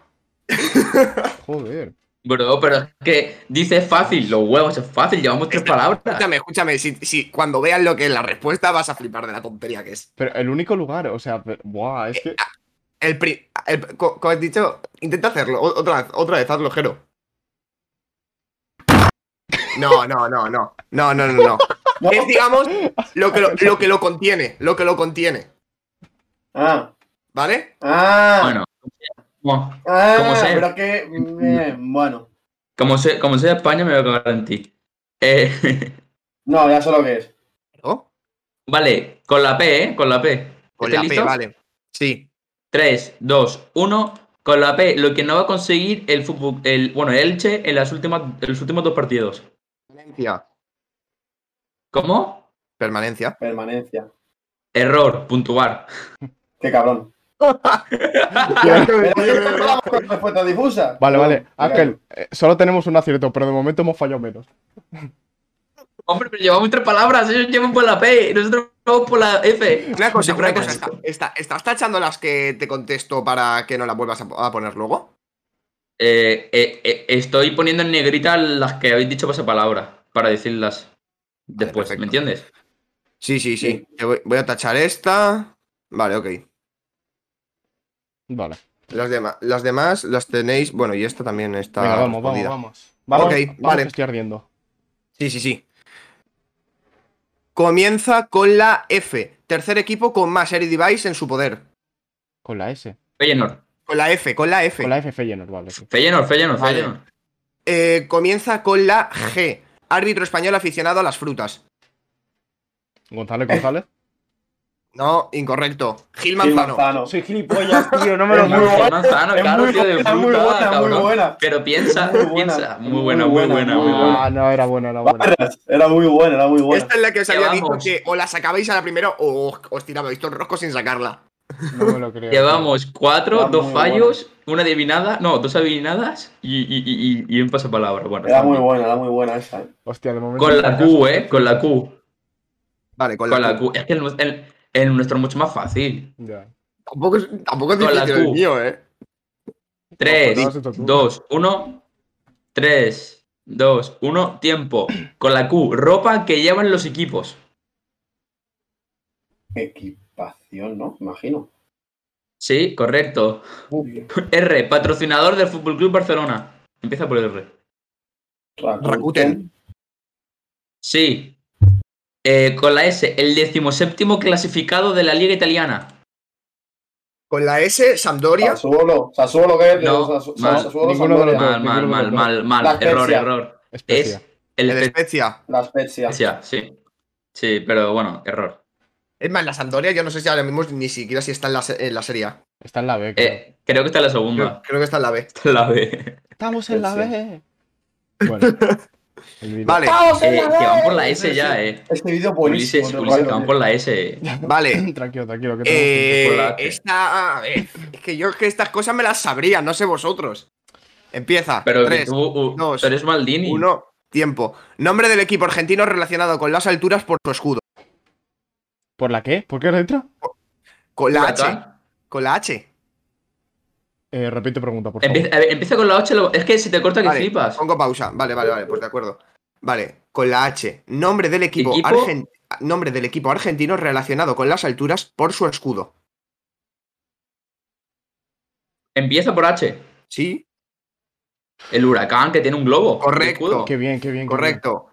S2: Joder.
S3: Bro, pero es que dice fácil, los huevos es fácil, llevamos tres palabras.
S5: Escúchame, escúchame. Si, si cuando veas lo que es la respuesta, vas a flipar de la tontería que es.
S2: Pero el único lugar, o sea, pe- buah, es que.
S5: Eh, El, pri- el- co- como has dicho, intenta hacerlo. o- Otra vez, otra vez, hazlo, Jero. No, no, no, no. No, no, no, no.
S4: No.
S5: Es, digamos, lo que lo, lo que lo contiene. Lo que lo contiene.
S4: Ah,
S5: ¿Vale?
S4: ah,
S3: Bueno, como,
S4: ah,
S3: como sea.
S4: pero es que. mm, bueno,
S3: como soy, como soy de España, me voy a cagar en ti. Eh,
S4: no, ya sé lo que es.
S5: ¿No?
S3: vale, con la P, ¿eh? Con la P.
S5: Con
S3: ¿Estáis
S5: la P,
S3: listos?
S5: vale. Sí.
S3: 3, 2, 1. Con la P, lo que no va a conseguir el fútbol, el, bueno, el Elche en, las últimas, en los últimos dos partidos.
S5: Permanencia.
S3: ¿Cómo?
S5: Permanencia.
S4: Permanencia.
S3: Error, puntuar.
S4: Qué cabrón.
S5: ah,
S4: Pero no vamos con respuesta difusa.
S2: Vale, vale.
S4: No,
S2: Ángel, eh, solo tenemos un acierto, pero de momento hemos fallado menos.
S3: Hombre, pero llevamos tres palabras, ellos llevan por la P, nosotros vamos por la F.
S5: Una cosa,
S3: Siempre
S5: una
S3: hay
S5: cosa.
S3: que-
S5: Está, está- ¿Estás tachando las que te contesto para que no las vuelvas a, a poner luego?
S3: Eh, eh, eh, estoy poniendo en negrita las que habéis dicho pasapalabras para decirlas después,
S5: perfecto.
S3: ¿me entiendes?
S5: Sí, sí, sí.
S4: Sí.
S5: Te Voy, voy a tachar esta. Vale, ok.
S2: Vale.
S5: Las, dema- las demás las tenéis. Bueno, y esta también está.
S2: Venga, vamos, vamos,
S5: respondida.
S2: vamos. Vamos,
S5: Ok,
S2: vamos,
S5: vale.
S2: que estoy ardiendo.
S5: Sí, sí, sí. Comienza con la F. Tercer equipo con más Air Device en su poder.
S2: Con la S.
S3: Feyenoord,
S5: Con la F, con la F.
S2: Con la F Feyenoord, vale. sí.
S3: Feyenoord, Feyenoord,
S5: Vale.
S3: Feyenoord.
S5: Eh, comienza con la G. Árbitro español aficionado a las frutas.
S2: González, González.
S5: No, incorrecto. Gil
S4: Gil
S5: Manzano.
S4: Manzano.
S2: Soy gilipollas, tío, no me
S4: lo muevas.
S3: Gil Manzano,
S4: Es
S3: claro,
S4: muy
S3: tío, de
S4: buena, muy
S3: fruta,
S4: buena, muy
S3: cabrón.
S4: buena.
S3: Pero piensa,
S4: Muy buena,
S3: piensa. Muy
S4: muy
S3: buena, muy
S4: buena,
S3: buena, muy
S4: muy
S3: buena.
S2: Ah, no, era buena, era buena.
S4: Barras, Era muy buena, era muy buena.
S5: Esta es la que os
S3: Ya
S5: había
S3: vamos.
S5: dicho que o la sacabais a la primera o os- os tirabais todo el rosco sin sacarla.
S2: No me lo creo.
S3: Llevamos cuatro,
S4: Era
S3: dos
S4: muy
S3: fallos, una adivinada, no, dos adivinadas y, y, y, y- y un pasapalabra. Bueno,
S4: Era
S3: está
S4: muy
S3: bien.
S4: buena, era muy buena esa. eh.
S2: Hostia, de momento.
S3: Con la Q, eh, con la Q.
S5: Vale, con la,
S3: Con la
S5: Q.
S3: Q. Es que el, nu- el- el nuestro es mucho más fácil.
S2: Ya.
S5: Tampoco es, tampoco es
S3: Con la
S5: difícil el
S3: Q.
S5: mío, eh.
S3: Tres,
S2: No, pero no has hecho tú.
S3: dos, uno. Tres, dos, uno. Tiempo. Con la Q. Ropa que llevan los equipos.
S4: Equipación, ¿no? Imagino.
S3: Sí, correcto. R. Patrocinador del Fútbol Club Barcelona. Empieza por el R.
S5: Rakuten.
S3: Sí. Eh, con la S, el decimoséptimo clasificado de la Liga Italiana.
S5: Con la S, Sampdoria.
S4: Sassuolo, Sassuolo, ¿qué es?
S3: No,
S4: Sasu-
S3: mal,
S4: Sassuolo,
S2: ninguno de los
S4: Sampdoria.
S2: dos.
S3: Mal, mal, mal, mal,
S4: La
S3: mal.
S4: Spezia.
S3: Error, error.
S2: Especia.
S3: Es el
S5: El Spezia.
S4: Ah, La Spezia.
S3: Spezia, sí. Sí, pero bueno, error.
S5: Es más, la Sampdoria yo no sé si ahora mismo ni siquiera si está en la, se- en la serie A.
S2: Está en la B. creo.
S3: Eh, creo que está en la
S5: Creo,
S3: segunda.
S5: creo que está en la B.
S3: Está en la B.
S2: Estamos en la B. Bueno. el vídeo.
S5: Vale,
S3: Eh, que van por la S ya, eh.
S4: Este vídeo buenísimo.
S3: Ulises,
S4: te lo
S3: Ulises, que
S4: juro.
S3: van por la S.
S5: vale.
S2: Tranquilo, tranquilo. Que tenemos-
S5: Eh,
S3: chocolate.
S5: esta. a ver, es que yo es que estas cosas me las sabría, no sé vosotros. Empieza.
S3: Pero que
S5: 3,
S3: tú, u-
S5: dos,
S3: tú eres Maldini.
S5: 1, tiempo. Nombre del equipo argentino relacionado con las alturas por su escudo.
S2: ¿Por la qué? ¿Por qué letra?
S5: Con la H.
S3: Huracán.
S5: Con la H.
S2: Eh, repite pregunta, por favor.
S3: Empieza, a ver, empieza con la 8. lo- Es que se te corta que
S5: Vale,
S3: flipas.
S5: pongo pausa. Vale, vale, vale, pues de acuerdo. Vale, con la H. Nombre del equipo,
S3: ¿Equipo?
S5: argen- nombre del equipo argentino relacionado con las alturas por su escudo.
S3: Empieza por H.
S5: ¿Sí?
S3: El huracán que tiene un globo.
S5: Correcto.
S3: Un escudo.
S2: Qué bien, qué bien. qué
S5: Correcto.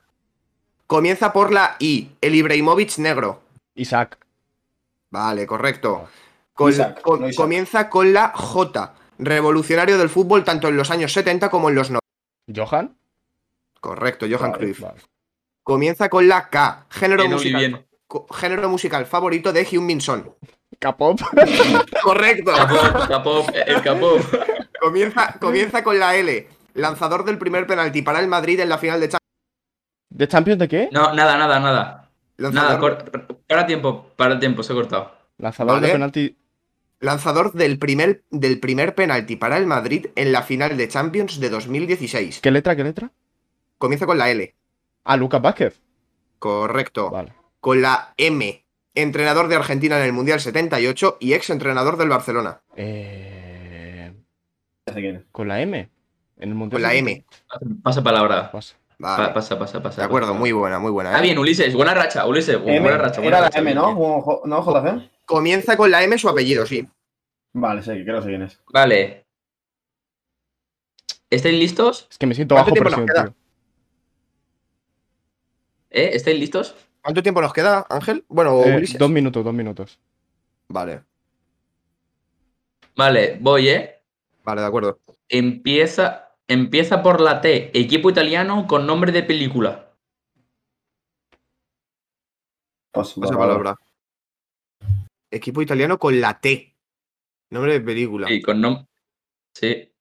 S5: Comienza por la I, el Ibrahimovic negro.
S2: bien. Isaac.
S5: Vale, correcto. Con-
S4: Isaac,
S5: con-
S4: no Isaac.
S5: comienza con la J, revolucionario del fútbol tanto en los años 70 como en los 90.
S2: ¿Johan?
S5: Correcto, Johan
S4: Vale,
S5: Cruyff.
S2: Vale.
S5: Comienza con la K, género
S3: Bien, Oli,
S5: musical,
S3: bien.
S5: co- género musical favorito de Hyun Min Son.
S2: Capop.
S5: Correcto.
S3: Capó, capó, el capó.
S5: comienza, comienza con la L, lanzador del primer penalti para el Madrid en la final de Champions.
S2: ¿De Champions de qué?
S3: No, nada, nada, nada. Nada,
S5: Lanzador,
S3: cor- para tiempo, para tiempo, se ha cortado.
S2: Lanzador de
S5: Vale.
S2: penalti.
S5: lanzador del primer, del primer penalti para el Madrid en la final de Champions de 2016.
S2: ¿Qué letra, qué letra?
S5: Comienza con la L.
S2: Ah, Lucas Vázquez.
S5: Correcto.
S2: Vale.
S5: Con la M. Entrenador de Argentina en el Mundial 78 y ex entrenador del Barcelona.
S2: Eh,
S4: Ya sé quién es.
S2: con la M. En el Mundial.
S5: Con la
S2: de-
S5: M.
S3: Pasa palabra.
S2: Pasa.
S3: Pa-
S5: Vale.
S3: pasa, pasa, pasa.
S5: De acuerdo, muy buena, muy buena.
S3: Está
S5: ¿eh?
S3: bien, Ulises. Buena racha, Ulises. bu-
S4: M,
S3: buena racha. buena
S4: era la
S3: racha,
S4: M,
S3: bien,
S4: ¿no?
S3: bien.
S4: O jo- ¿No, JC?
S5: Comienza con la M su apellido, sí.
S4: Vale, sí, creo que sé quién es.
S3: Vale. ¿Estáis listos?
S2: Es que me siento
S5: ¿Cuánto
S2: bajo
S5: tiempo nos
S2: presión,
S5: queda?
S2: tío.
S3: ¿Eh? ¿Estáis listos?
S5: ¿Cuánto tiempo nos queda, Ángel? Bueno,
S2: Eh,
S5: Ulises.
S2: dos minutos, dos minutos.
S5: Vale,
S3: Vale, voy, ¿eh?
S5: vale, de acuerdo.
S3: Empieza, empieza por la T. Equipo italiano con nombre de película.
S4: Pues,
S5: Pasa
S4: bueno,
S5: palabra. Equipo italiano con la T. Nombre de película.
S3: Sí, con nombre. Sí.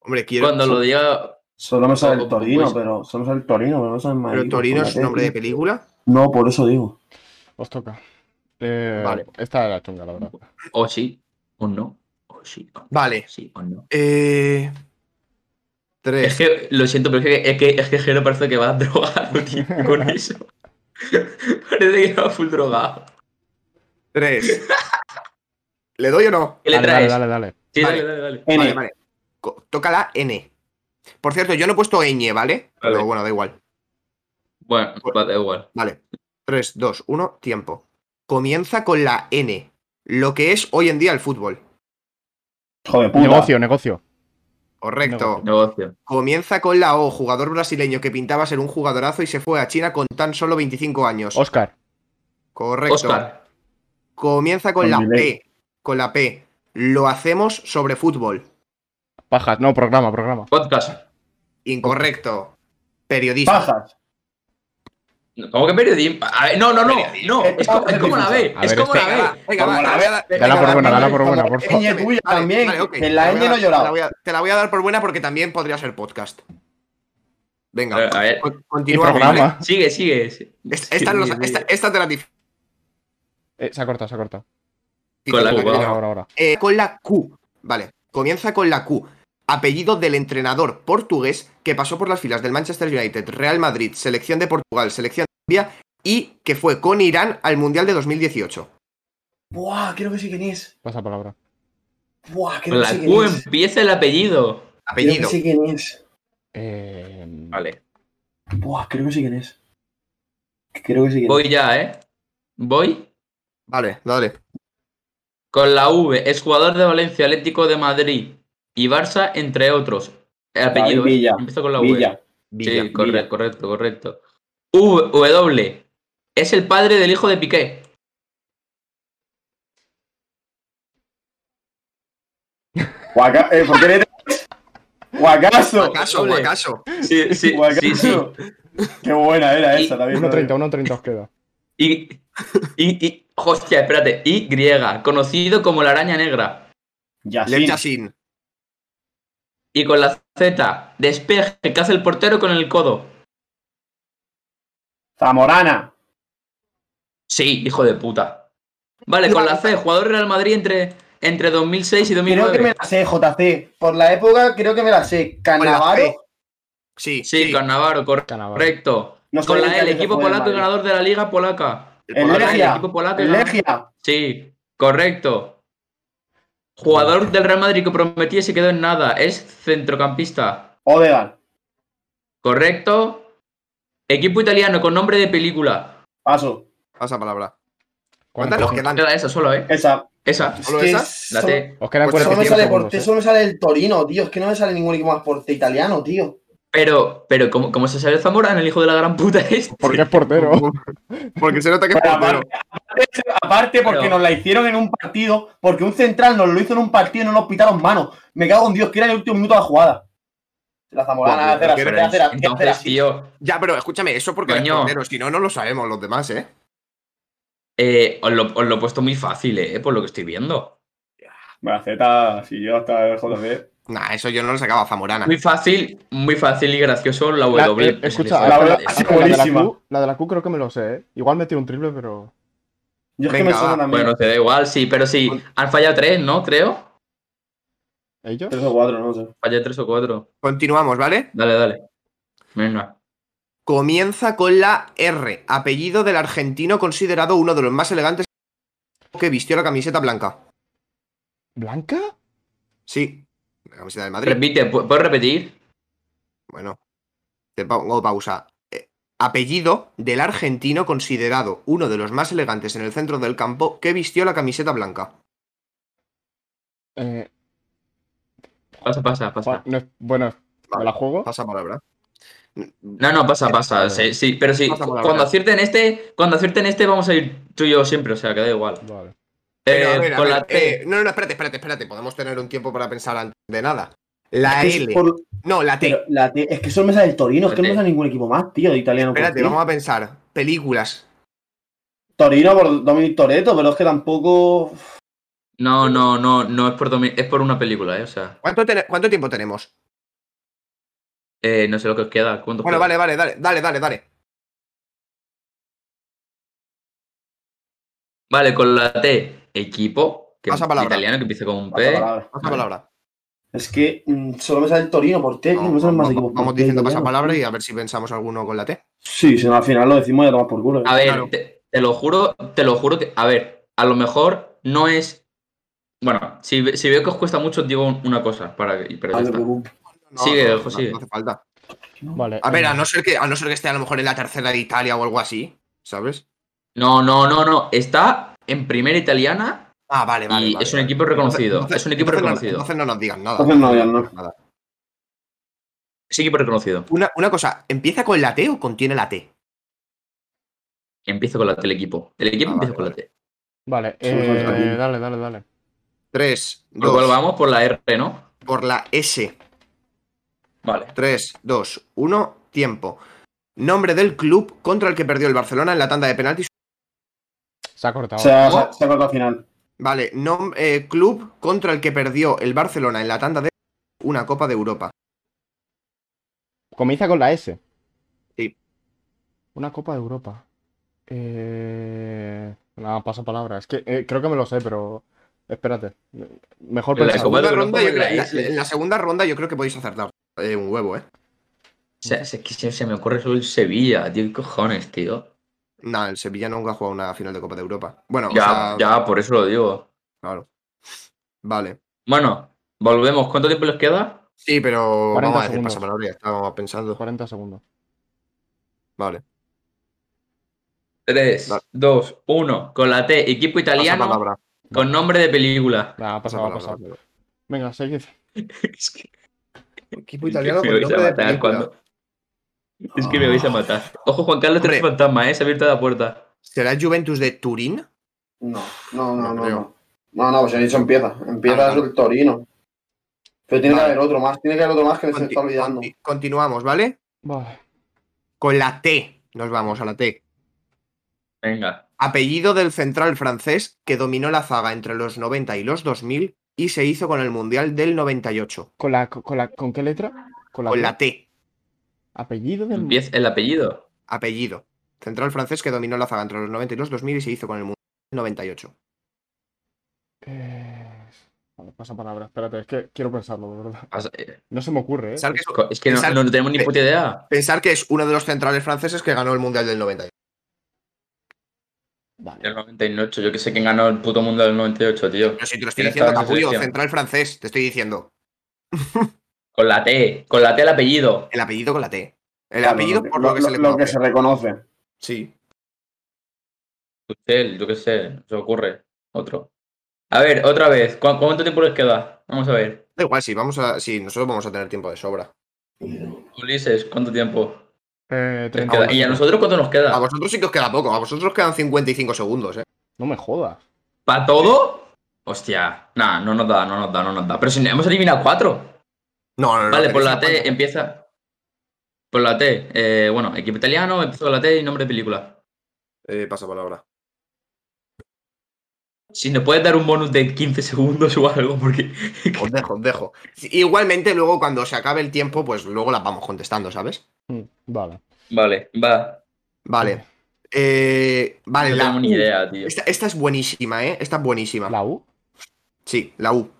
S5: Hombre, quiero.
S3: Cuando lo diga.
S4: Solo me sale el
S3: Pues-
S4: Torino, pero. Solo me sale el Torino, pero no sale el
S5: Pero
S4: Madrid.
S5: Torino
S4: Con la
S5: es
S4: T,
S5: nombre de
S4: tío.
S5: película.
S4: No, por eso digo.
S2: Os toca. Eh,
S5: Vale.
S2: Esta era chunga, la verdad.
S3: O sí, o no. O sí, o no.
S5: Vale.
S3: Sí, o no.
S5: Eh.
S3: Es
S5: Tres.
S3: que, lo siento, pero es que, es que, es que Jero parece que va drogado, tío, con eso. parece que va full drogado.
S5: Tres. ¿Le doy o no?
S3: ¿Qué le
S2: dale,
S3: traes?
S2: dale, dale, dale.
S3: Sí,
S5: Vale.
S3: dale, dale, dale.
S4: N.
S5: Vale, vale. Co- Toca la N. Por cierto, yo no he puesto ñ, ¿vale?
S3: Vale.
S5: Pero bueno, da igual.
S3: Bueno,
S5: Bueno.
S3: va, da igual.
S5: Vale. 3, 2, 1, tiempo. Comienza con la N. Lo que es hoy en día el fútbol.
S4: Joder, puta.
S2: Negocio, negocio.
S5: Correcto.
S3: Negocio.
S5: Comienza con la O, jugador brasileño que pintaba ser un jugadorazo y se fue a China con tan solo 25 años.
S2: Oscar.
S5: Correcto.
S3: Oscar.
S5: Comienza con
S4: Con
S5: la
S4: mi ley.
S5: P. Con la P. Lo hacemos sobre fútbol.
S2: Pajas. No, programa, programa.
S3: Podcast.
S5: Incorrecto. Periodista.
S4: Pajas.
S3: ¿Cómo que periodismo? A ver, no, no, no. No, es como, es como la B.
S2: A
S3: Es
S2: ver,
S3: como
S2: espera,
S3: la B.
S5: venga,
S4: Como
S5: va,
S4: la
S5: te
S4: B.
S5: voy a dar-
S2: Dala
S5: venga,
S2: por
S5: va,
S2: buena,
S5: venga,
S2: dala
S5: va,
S2: por buena, por favor.
S4: Ñ
S5: Vale,
S4: tuya
S5: vale,
S4: también.
S5: vale, ok,
S4: que
S5: te
S4: la
S5: voy a
S4: ñ no
S5: dar- Te la,
S4: lloraba.
S5: voy a, te la voy a dar por buena porque también podría ser podcast. Venga,
S3: A ver,
S5: con-
S2: Y
S5: continuamos.
S2: programa.
S3: Sigue, sigue. Eh. sí.
S5: ¿vale? Es- Esta, no-
S3: Sigue, sigue.
S5: esta, esta te la dif-
S2: Eh, se ha cortado, se ha cortado.
S3: Con la
S5: te
S3: Q,
S5: digo.
S2: Ahora,
S3: Wow.
S2: ahora, ahora.
S5: Eh, con la Q. Vale, comienza con la Q. Apellido del entrenador portugués que pasó por las filas del Manchester United, Real Madrid, selección de Portugal, selección de Colombia y que fue con Irán al Mundial de 2018.
S4: Buah, creo que sí quién es.
S2: Pasa palabra.
S4: Buah, creo
S3: Con
S4: que
S3: la
S4: sí
S3: Q
S4: quién es.
S3: empieza el apellido.
S4: Creo que
S5: Apellido.
S4: sí quién es.
S2: Eh,
S3: Vale.
S4: Buah, creo que sí quién es. Creo que sí quién es.
S3: Voy ya, ¿eh? Voy.
S5: Vale, dale.
S3: Con la V, es jugador de Valencia, Atlético de Madrid y Barça, entre otros. El apellido.
S4: David
S3: ¿eh?
S4: Villa.
S3: Empieza con la V.
S4: Villa.
S5: Villa.
S3: sí, correcto, correcto, correcto. V, W, es el padre del hijo de Piqué.
S4: Guaca- eh, ¿Por qué le traes? Guacaso.
S5: ¿Acaso o
S3: Doble.
S5: acaso?
S3: Sí, sí, sí. sí.
S4: Guacaso. Qué buena era
S3: Y-
S4: esa también.
S2: 1.30, 1.30 os queda.
S3: Y, y, y, hostia, espérate. Y, conocido como la araña negra.
S5: Lev
S4: Yacine.
S5: Yassin.
S3: Y con la Z, despeje que hace el portero con el codo.
S4: Zamorana.
S3: Sí, hijo de puta. Vale, con la C, jugador Real Madrid entre, entre 2006 y
S4: Creo
S3: 2009.
S4: que me la sé, JC. Por la época, creo que me la
S3: Pues
S4: sé.
S5: Con la
S4: Cannavaro.
S5: Sí,
S3: Sí, con Navarro,
S2: Cannavaro.
S3: correcto.
S4: No sé
S3: con
S4: en
S3: la
S4: qué
S3: L,
S4: año se
S3: equipo
S4: fue del
S3: polaco
S4: Madrid.
S3: ganador de la Liga Polaca.
S5: El
S4: El
S5: polaco.
S3: Polaca,
S4: Legia.
S3: equipo polaco ganador.
S4: Legia.
S3: Sí, correcto. Jugador del Real Madrid que prometía y se quedó en nada. Es centrocampista.
S4: Odegaard.
S3: Correcto. Equipo italiano con nombre de película.
S4: Paso.
S5: Pasa palabra. ¿Cuántas nos
S2: 45.
S5: quedan?
S3: Queda esa solo, ¿eh?
S4: Esa.
S3: Esa.
S4: Es
S5: ¿Solo
S4: que
S5: esa?
S4: so-
S3: La T.
S2: Os quedan
S5: Pues
S4: Solo me
S2: 45
S4: sale
S2: segundos.
S4: Porte,
S2: eh.
S4: solo me sale el Torino, tío. Es que no me sale ningún equipo más Porte italiano, tío.
S3: Pero, pero, ¿cómo, cómo se sale Zamorano, el hijo de la gran puta este?
S2: Porque es portero.
S5: Porque se nota que es
S4: Pero
S5: portero.
S4: Aparte, porque
S3: Pero-
S4: nos la hicieron en un partido, porque un central nos lo hizo en un partido y no nos pitaron manos. Me cago en Dios, que era el último minuto de la jugada. La Zamorana,
S5: Bueno,
S4: hacer así,
S5: Pues, pero
S4: hacer así, hacer
S3: Entonces,
S4: así.
S3: tío,
S5: Ya, pero escúchame, eso porque
S3: Coño.
S5: es portero. Si no, no lo sabemos los demás, ¿eh?
S3: eh, os, lo, os lo he puesto muy fácil, ¿eh? Por lo que estoy viendo.
S4: Bueno, Z, si yo hasta el JC.
S5: Nah, eso yo no lo sacaba Zamorana.
S3: Muy fácil, muy fácil y gracioso la
S2: La-
S3: W.
S2: eh, escucha,
S4: La
S2: la,
S4: verdad,
S2: la-
S4: ha sido
S2: la de la
S4: buenísima.
S2: Q, la de la Q creo que me lo sé, ¿eh? Igual metí un triple, pero.
S4: Yo es que
S5: Venga,
S4: me suena
S5: va.
S4: también.
S3: Bueno, te da igual, sí, pero sí. Han fallado tres, ¿no? Creo.
S2: ¿Ellos?
S4: Tres o cuatro, no lo sé.
S3: Fallé tres o cuatro.
S5: Continuamos, ¿vale?
S3: Dale, dale. Venga.
S5: Comienza con la R, apellido del argentino considerado uno de los más elegantes que vistió la camiseta blanca.
S2: ¿Blanca?
S5: Sí. La camiseta del Madrid.
S3: Repite, ¿pu- ¿puedes repetir?
S5: Bueno, te pongo pausa. Eh, apellido del argentino considerado uno de los más elegantes en el centro del campo que vistió la camiseta blanca.
S2: Eh,
S3: Pasa, pasa,
S2: Juan,
S3: pasa.
S2: no es- bueno, me
S5: Vale,
S2: la juego.
S5: Pasa palabra.
S3: No, no, pasa, pasa. Sí, sí, pero sí,
S5: Pasa palabra.
S3: cuando acierten este, cuando acierten este vamos a ir tú y yo siempre, o sea, que da igual.
S2: Vale.
S5: Pero, a
S3: Eh,
S5: ver, a
S3: con
S5: ver,
S3: la T.
S5: eh, no, no, espérate, espérate, espérate. Podemos tener un tiempo para pensar antes de nada. La
S4: Es
S5: L.
S4: por-
S5: No, la T.
S4: pero la T- es que son mesas del Torino, es que no me da ningún equipo más, tío, de italiano. por
S5: Espérate,
S4: ti.
S5: vamos a pensar. Películas.
S4: Torino por Dominic Toreto, pero es que tampoco.
S3: No, no, no, no es por domi- es por una película, eh, o sea,
S5: ¿Cuánto, tene- cuánto tiempo tenemos?
S3: eh, no sé lo que os queda. ¿cuánto
S5: Bueno,
S3: queda?
S5: vale, vale, dale, dale, dale, dale.
S3: Vale, con la T, equipo, que
S5: Pasa palabra.
S3: italiano que empieza con un
S4: Pasa
S3: P.
S4: palabra.
S5: Pasa palabra.
S4: Es que mm, solo mesas del Torino por T, tío, no me salen más
S5: vamos,
S4: equipos. por
S5: vamos
S4: T,
S5: diciendo
S4: italiano.
S5: pasapalabra y a ver si pensamos alguno con la T.
S4: Sí, si no, al final lo decimos y ya tomamos por culo. ¿eh?
S3: A ver,
S5: Claro.
S3: te, te lo juro, te lo juro que, a ver, a lo mejor no es. Bueno, si, ve- si veo que os cuesta mucho, os digo un- una cosa para que. Pero ya
S4: Vale,
S3: está.
S4: pues,
S3: Sigue,
S5: no,
S3: Ojo,
S5: no,
S3: sigue.
S5: no hace falta.
S2: Vale.
S5: A ver,
S2: eh,
S5: a no ser que, a no ser que esté a lo mejor en la tercera de Italia o algo así, ¿sabes?
S3: No, no, no, no. Está en primera italiana
S5: Ah, vale, vale.
S3: y
S5: vale,
S3: es un
S5: vale.
S3: equipo reconocido.
S5: Entonces-
S3: es un equipo
S5: entonces no-
S3: reconocido.
S5: entonces no nos digan nada.
S4: Entonces no digan nada.
S5: nada.
S3: Es equipo reconocido.
S5: Una, una cosa, ¿empieza con la T o contiene la T?
S3: Empiezo con la T, el equipo. El equipo
S5: Ah,
S3: empieza
S5: vale,
S3: con la
S5: vale.
S3: T.
S2: Vale,
S4: Somos
S2: eh,
S4: Argentina.
S2: dale, dale, dale.
S5: 3,
S3: Por lo cual
S5: 2,
S3: vamos por la R, ¿no?
S5: por la S.
S3: Vale.
S5: 3, 2, 1, tiempo. Nombre del club contra el que perdió el Barcelona en la tanda de penaltis.
S2: Se ha cortado.
S4: o sea, se ha- se ha cortado al final.
S5: Vale, nom- eh, club contra el que perdió el Barcelona en la tanda de una Copa de Europa.
S2: Comienza con la S.
S5: Sí.
S2: Una Copa de Europa. Eh... Nada, pasa palabra. Es que eh, creo que me lo sé, pero. Espérate. Mejor
S3: La
S2: pensado.
S3: Copa de
S5: Segunda
S3: Europa
S5: ronda,
S3: en
S5: yo creo-
S3: la
S5: en la-
S3: S.
S5: en la segunda ronda yo creo que podéis acertar eh, un huevo, ¿eh?
S3: O sea, es que se, se me ocurre solo el Sevilla, tío. ¿Qué cojones, tío?
S5: Nah, el Sevilla nunca ha jugado una final de Copa de Europa. Bueno, o
S3: Ya,
S5: sea,
S3: ya, por eso lo digo.
S5: claro. Vale.
S3: Bueno, volvemos. ¿Cuánto tiempo les queda?
S5: Sí, pero
S2: 40
S5: vamos a decir
S2: segundos.
S5: pasapalabra, ya estábamos pensando.
S2: 40 segundos.
S5: Vale.
S3: 3,
S5: Vale.
S3: 2, 1. Con la T, equipo italiano
S5: Pasapalabra.
S3: con nombre de película.
S2: Nada, pasa,
S5: Pasapalabra.
S2: va, pasa. Venga, seguid.
S3: Es que,
S5: Equipo italiano
S3: me
S5: con
S3: vais a
S5: nombre de
S3: matar
S5: película.
S3: cuando- Es que me vais a matar. Ojo, Juan Carlos tres
S5: Hombre.
S3: fantasma, ¿eh? Se ha abierto la puerta.
S5: ¿Será Juventus de Turín?
S4: No, no, no,
S5: No
S4: no.
S5: creo.
S4: No, no, no pues he dicho empieza. Empieza
S5: Ah, vale.
S4: el Torino. Pero tiene que
S5: Vale.
S4: haber otro más, tiene que haber otro más que se
S5: Conti-
S4: está olvidando.
S5: conti- continuamos, ¿vale?
S2: Vale.
S5: Con la T. Nos vamos a la T.
S3: Venga.
S5: Apellido del central francés que dominó la zaga entre los 90 y los 2000 y se hizo con el Mundial del 98.
S2: ¿Con, la, con, la, ¿Con qué letra? Con la,
S5: Con
S2: T?
S5: la T.
S2: Apellido del.
S3: Empieza el apellido.
S5: Apellido. Central francés que dominó la zaga entre los 90 y los 2000 y se hizo con el Mundial del 98.
S2: Eh... Vale, pasa palabra. Espérate, es que quiero pensarlo, de verdad.
S3: Pasa- eh,
S2: No se me ocurre, ¿eh?
S5: Pensar que es,
S3: co- Es que no,
S5: Pensar-
S3: no tenemos ni puta idea.
S5: pensar que es uno de los centrales franceses que ganó el Mundial del 98.
S2: Vale.
S3: El 98, yo que sé quién ganó el puto mundo del 98, tío.
S5: Pero si te lo estoy
S3: Pero
S5: diciendo,
S3: estaba en esa
S5: capullo,
S3: selección.
S5: central francés, te estoy diciendo.
S3: Con la T, con la T el apellido.
S5: El apellido con la T. El
S4: Claro,
S5: apellido
S4: lo que-
S5: por lo, que se le
S4: lo que
S5: conoce.
S4: se reconoce.
S5: Sí.
S3: Usted, yo qué sé, se me ocurre. Otro. A ver, otra vez. ¿cu- ¿Cuánto tiempo les queda? Vamos a ver.
S5: Da igual, sí, vamos a. Sí, nosotros vamos a tener tiempo de sobra.
S3: Ulises, ¿cuánto tiempo?
S2: Eh,
S3: Les
S2: 30
S3: queda? ¿Y a nosotros cuánto nos
S5: A
S3: queda?
S5: vosotros sí que os queda poco, a vosotros os quedan 55 segundos, eh.
S2: No me jodas.
S3: ¿Para todo? Hostia, nah, no nos da, no nos da, no nos da. Pero si hemos eliminado cuatro.
S5: No, no, no.
S3: Vale,
S5: tenéis
S3: por la
S5: una
S3: T
S5: cuenta.
S3: empieza. Por la T, eh, bueno, equipo italiano, empiezo con la T y nombre de película.
S5: Eh, pasa palabra.
S3: Si nos puedes dar un bonus de 15 segundos o algo, porque.
S5: Os dejo, os dejo. Sí, Igualmente, luego cuando se acabe el tiempo, pues luego las vamos contestando, ¿sabes?
S2: Mm, Vale.
S3: Vale, va.
S5: Vale. Eh, vale,
S3: No
S5: la
S3: tengo ni
S5: U.
S3: idea, tío.
S5: Esta, esta es buenísima, ¿eh? Esta es
S3: Ah.
S5: buenísima.
S2: ¿La U?
S5: Sí, la U.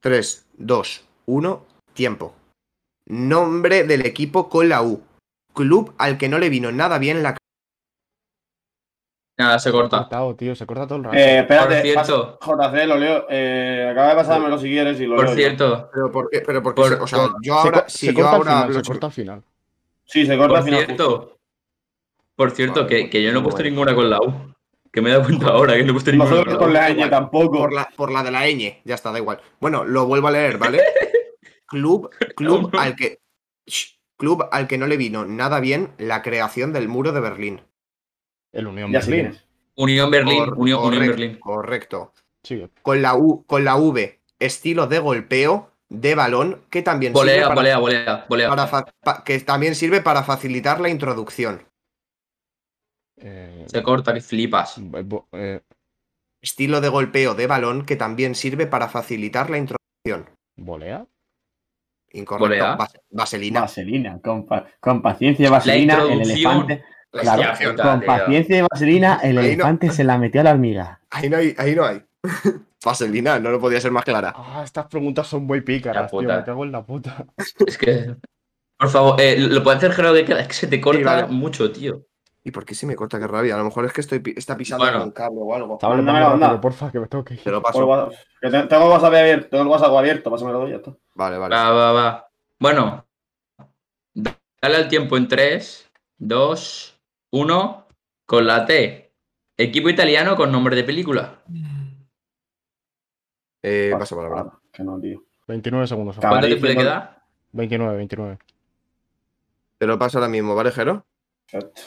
S5: 3, 2, 1, tiempo. Nombre del equipo con la U. Club al que no le vino nada bien la
S3: Nada, se corta.
S2: Cortado, tío, se corta todo
S5: Ah,
S2: el rato.
S4: Eh, espérate,
S3: Por cierto.
S4: pasa- JC, lo leo. Eh, acaba de pasármelo si quieres y lo
S3: Por
S4: leo. yo.
S3: cierto,
S5: Pero porque, pero porque
S3: Por-
S5: se- o sea,
S3: por-
S5: yo
S2: se,
S5: ahora,
S2: co-
S5: si
S2: se
S5: yo
S2: corta
S5: ahora
S2: al final,
S5: los-
S2: se corta al final.
S4: Sí, se corta
S3: por
S4: al final. justo.
S3: cierto. Por cierto,
S5: Vale,
S3: que,
S5: pues,
S3: que yo no he
S5: muy
S3: puesto
S5: bueno.
S3: ninguna con la U. Que me he dado cuenta ahora que no he puesto ninguna
S4: Nosotros
S3: con
S4: con
S3: la U.
S4: la ñ tampoco.
S5: por la, por la de la ñ, ya está, da igual. Bueno, lo vuelvo a leer, ¿vale? Club, club al que Shh, club al que no le vino nada bien la creación del muro de Berlín.
S2: El Unión
S4: Ya sé
S2: Berlín.
S4: quién es.
S3: Unión Berlín,
S5: Cor-
S3: Unión, Unión
S5: correct-
S3: Berlín.
S5: Correcto.
S2: Chico,
S5: Con la U, con la V, estilo de golpeo de balón que también
S3: Volea,
S5: sirve para-
S3: volea, volea, volea.
S5: para fa- pa- que también sirve para facilitar la introducción.
S2: eh,
S3: Se corta, que flipas.
S2: bo- bo- eh,
S5: Estilo de golpeo de balón que también sirve para facilitar la introducción.
S2: ¿Volea?
S5: Incorrecto.
S3: Volea.
S5: Vas- Vaselina.
S4: Vaselina, con, pa- con paciencia y vaselina, el
S3: introducción.
S4: elefante.
S5: Hostia,
S4: Claro,
S5: puta,
S4: con
S3: tío.
S4: paciencia y vaselina, el
S5: Ahí no.
S4: elefante se la metió a la hormiga.
S5: Ahí no hay, ahí no hay. Vaselina, no lo podía ser más clara.
S2: Ah, estas preguntas son muy
S3: La
S2: pícaras, tío.
S3: puta.
S2: Me cago en la puta.
S3: Es que. Por favor, eh, lo puede hacer Gerardo de Queda. Es que se te corta
S5: vale.
S3: mucho, tío.
S5: ¿Y por qué se me corta? Qué rabia. A lo mejor es que estoy pi- está pisando
S3: Bueno.
S5: un cable o algo.
S2: Estaba
S4: Mándame
S2: levantando
S4: la
S2: pero
S4: onda.
S2: porfa, que me tengo que ir.
S5: Te lo
S4: Por
S5: paso.
S4: WhatsApp. Que te- Tengo el WhatsApp abierto, tengo el WhatsApp abierto, pásamelo ya está.
S5: Vale, vale.
S3: Va, va, va. Bueno. da- Dale al tiempo en 3, 2, 1. Con la T. Equipo italiano con nombre de película.
S5: Eh, paso palabra.
S4: Ah, que no, tío.
S2: 29 segundos.
S4: Cabrón.
S3: ¿Cuánto tiempo le
S4: Clarísimo.
S3: queda?
S2: 29, 29.
S5: Te lo paso ahora mismo, ¿vale, Jero?
S4: Perfecto.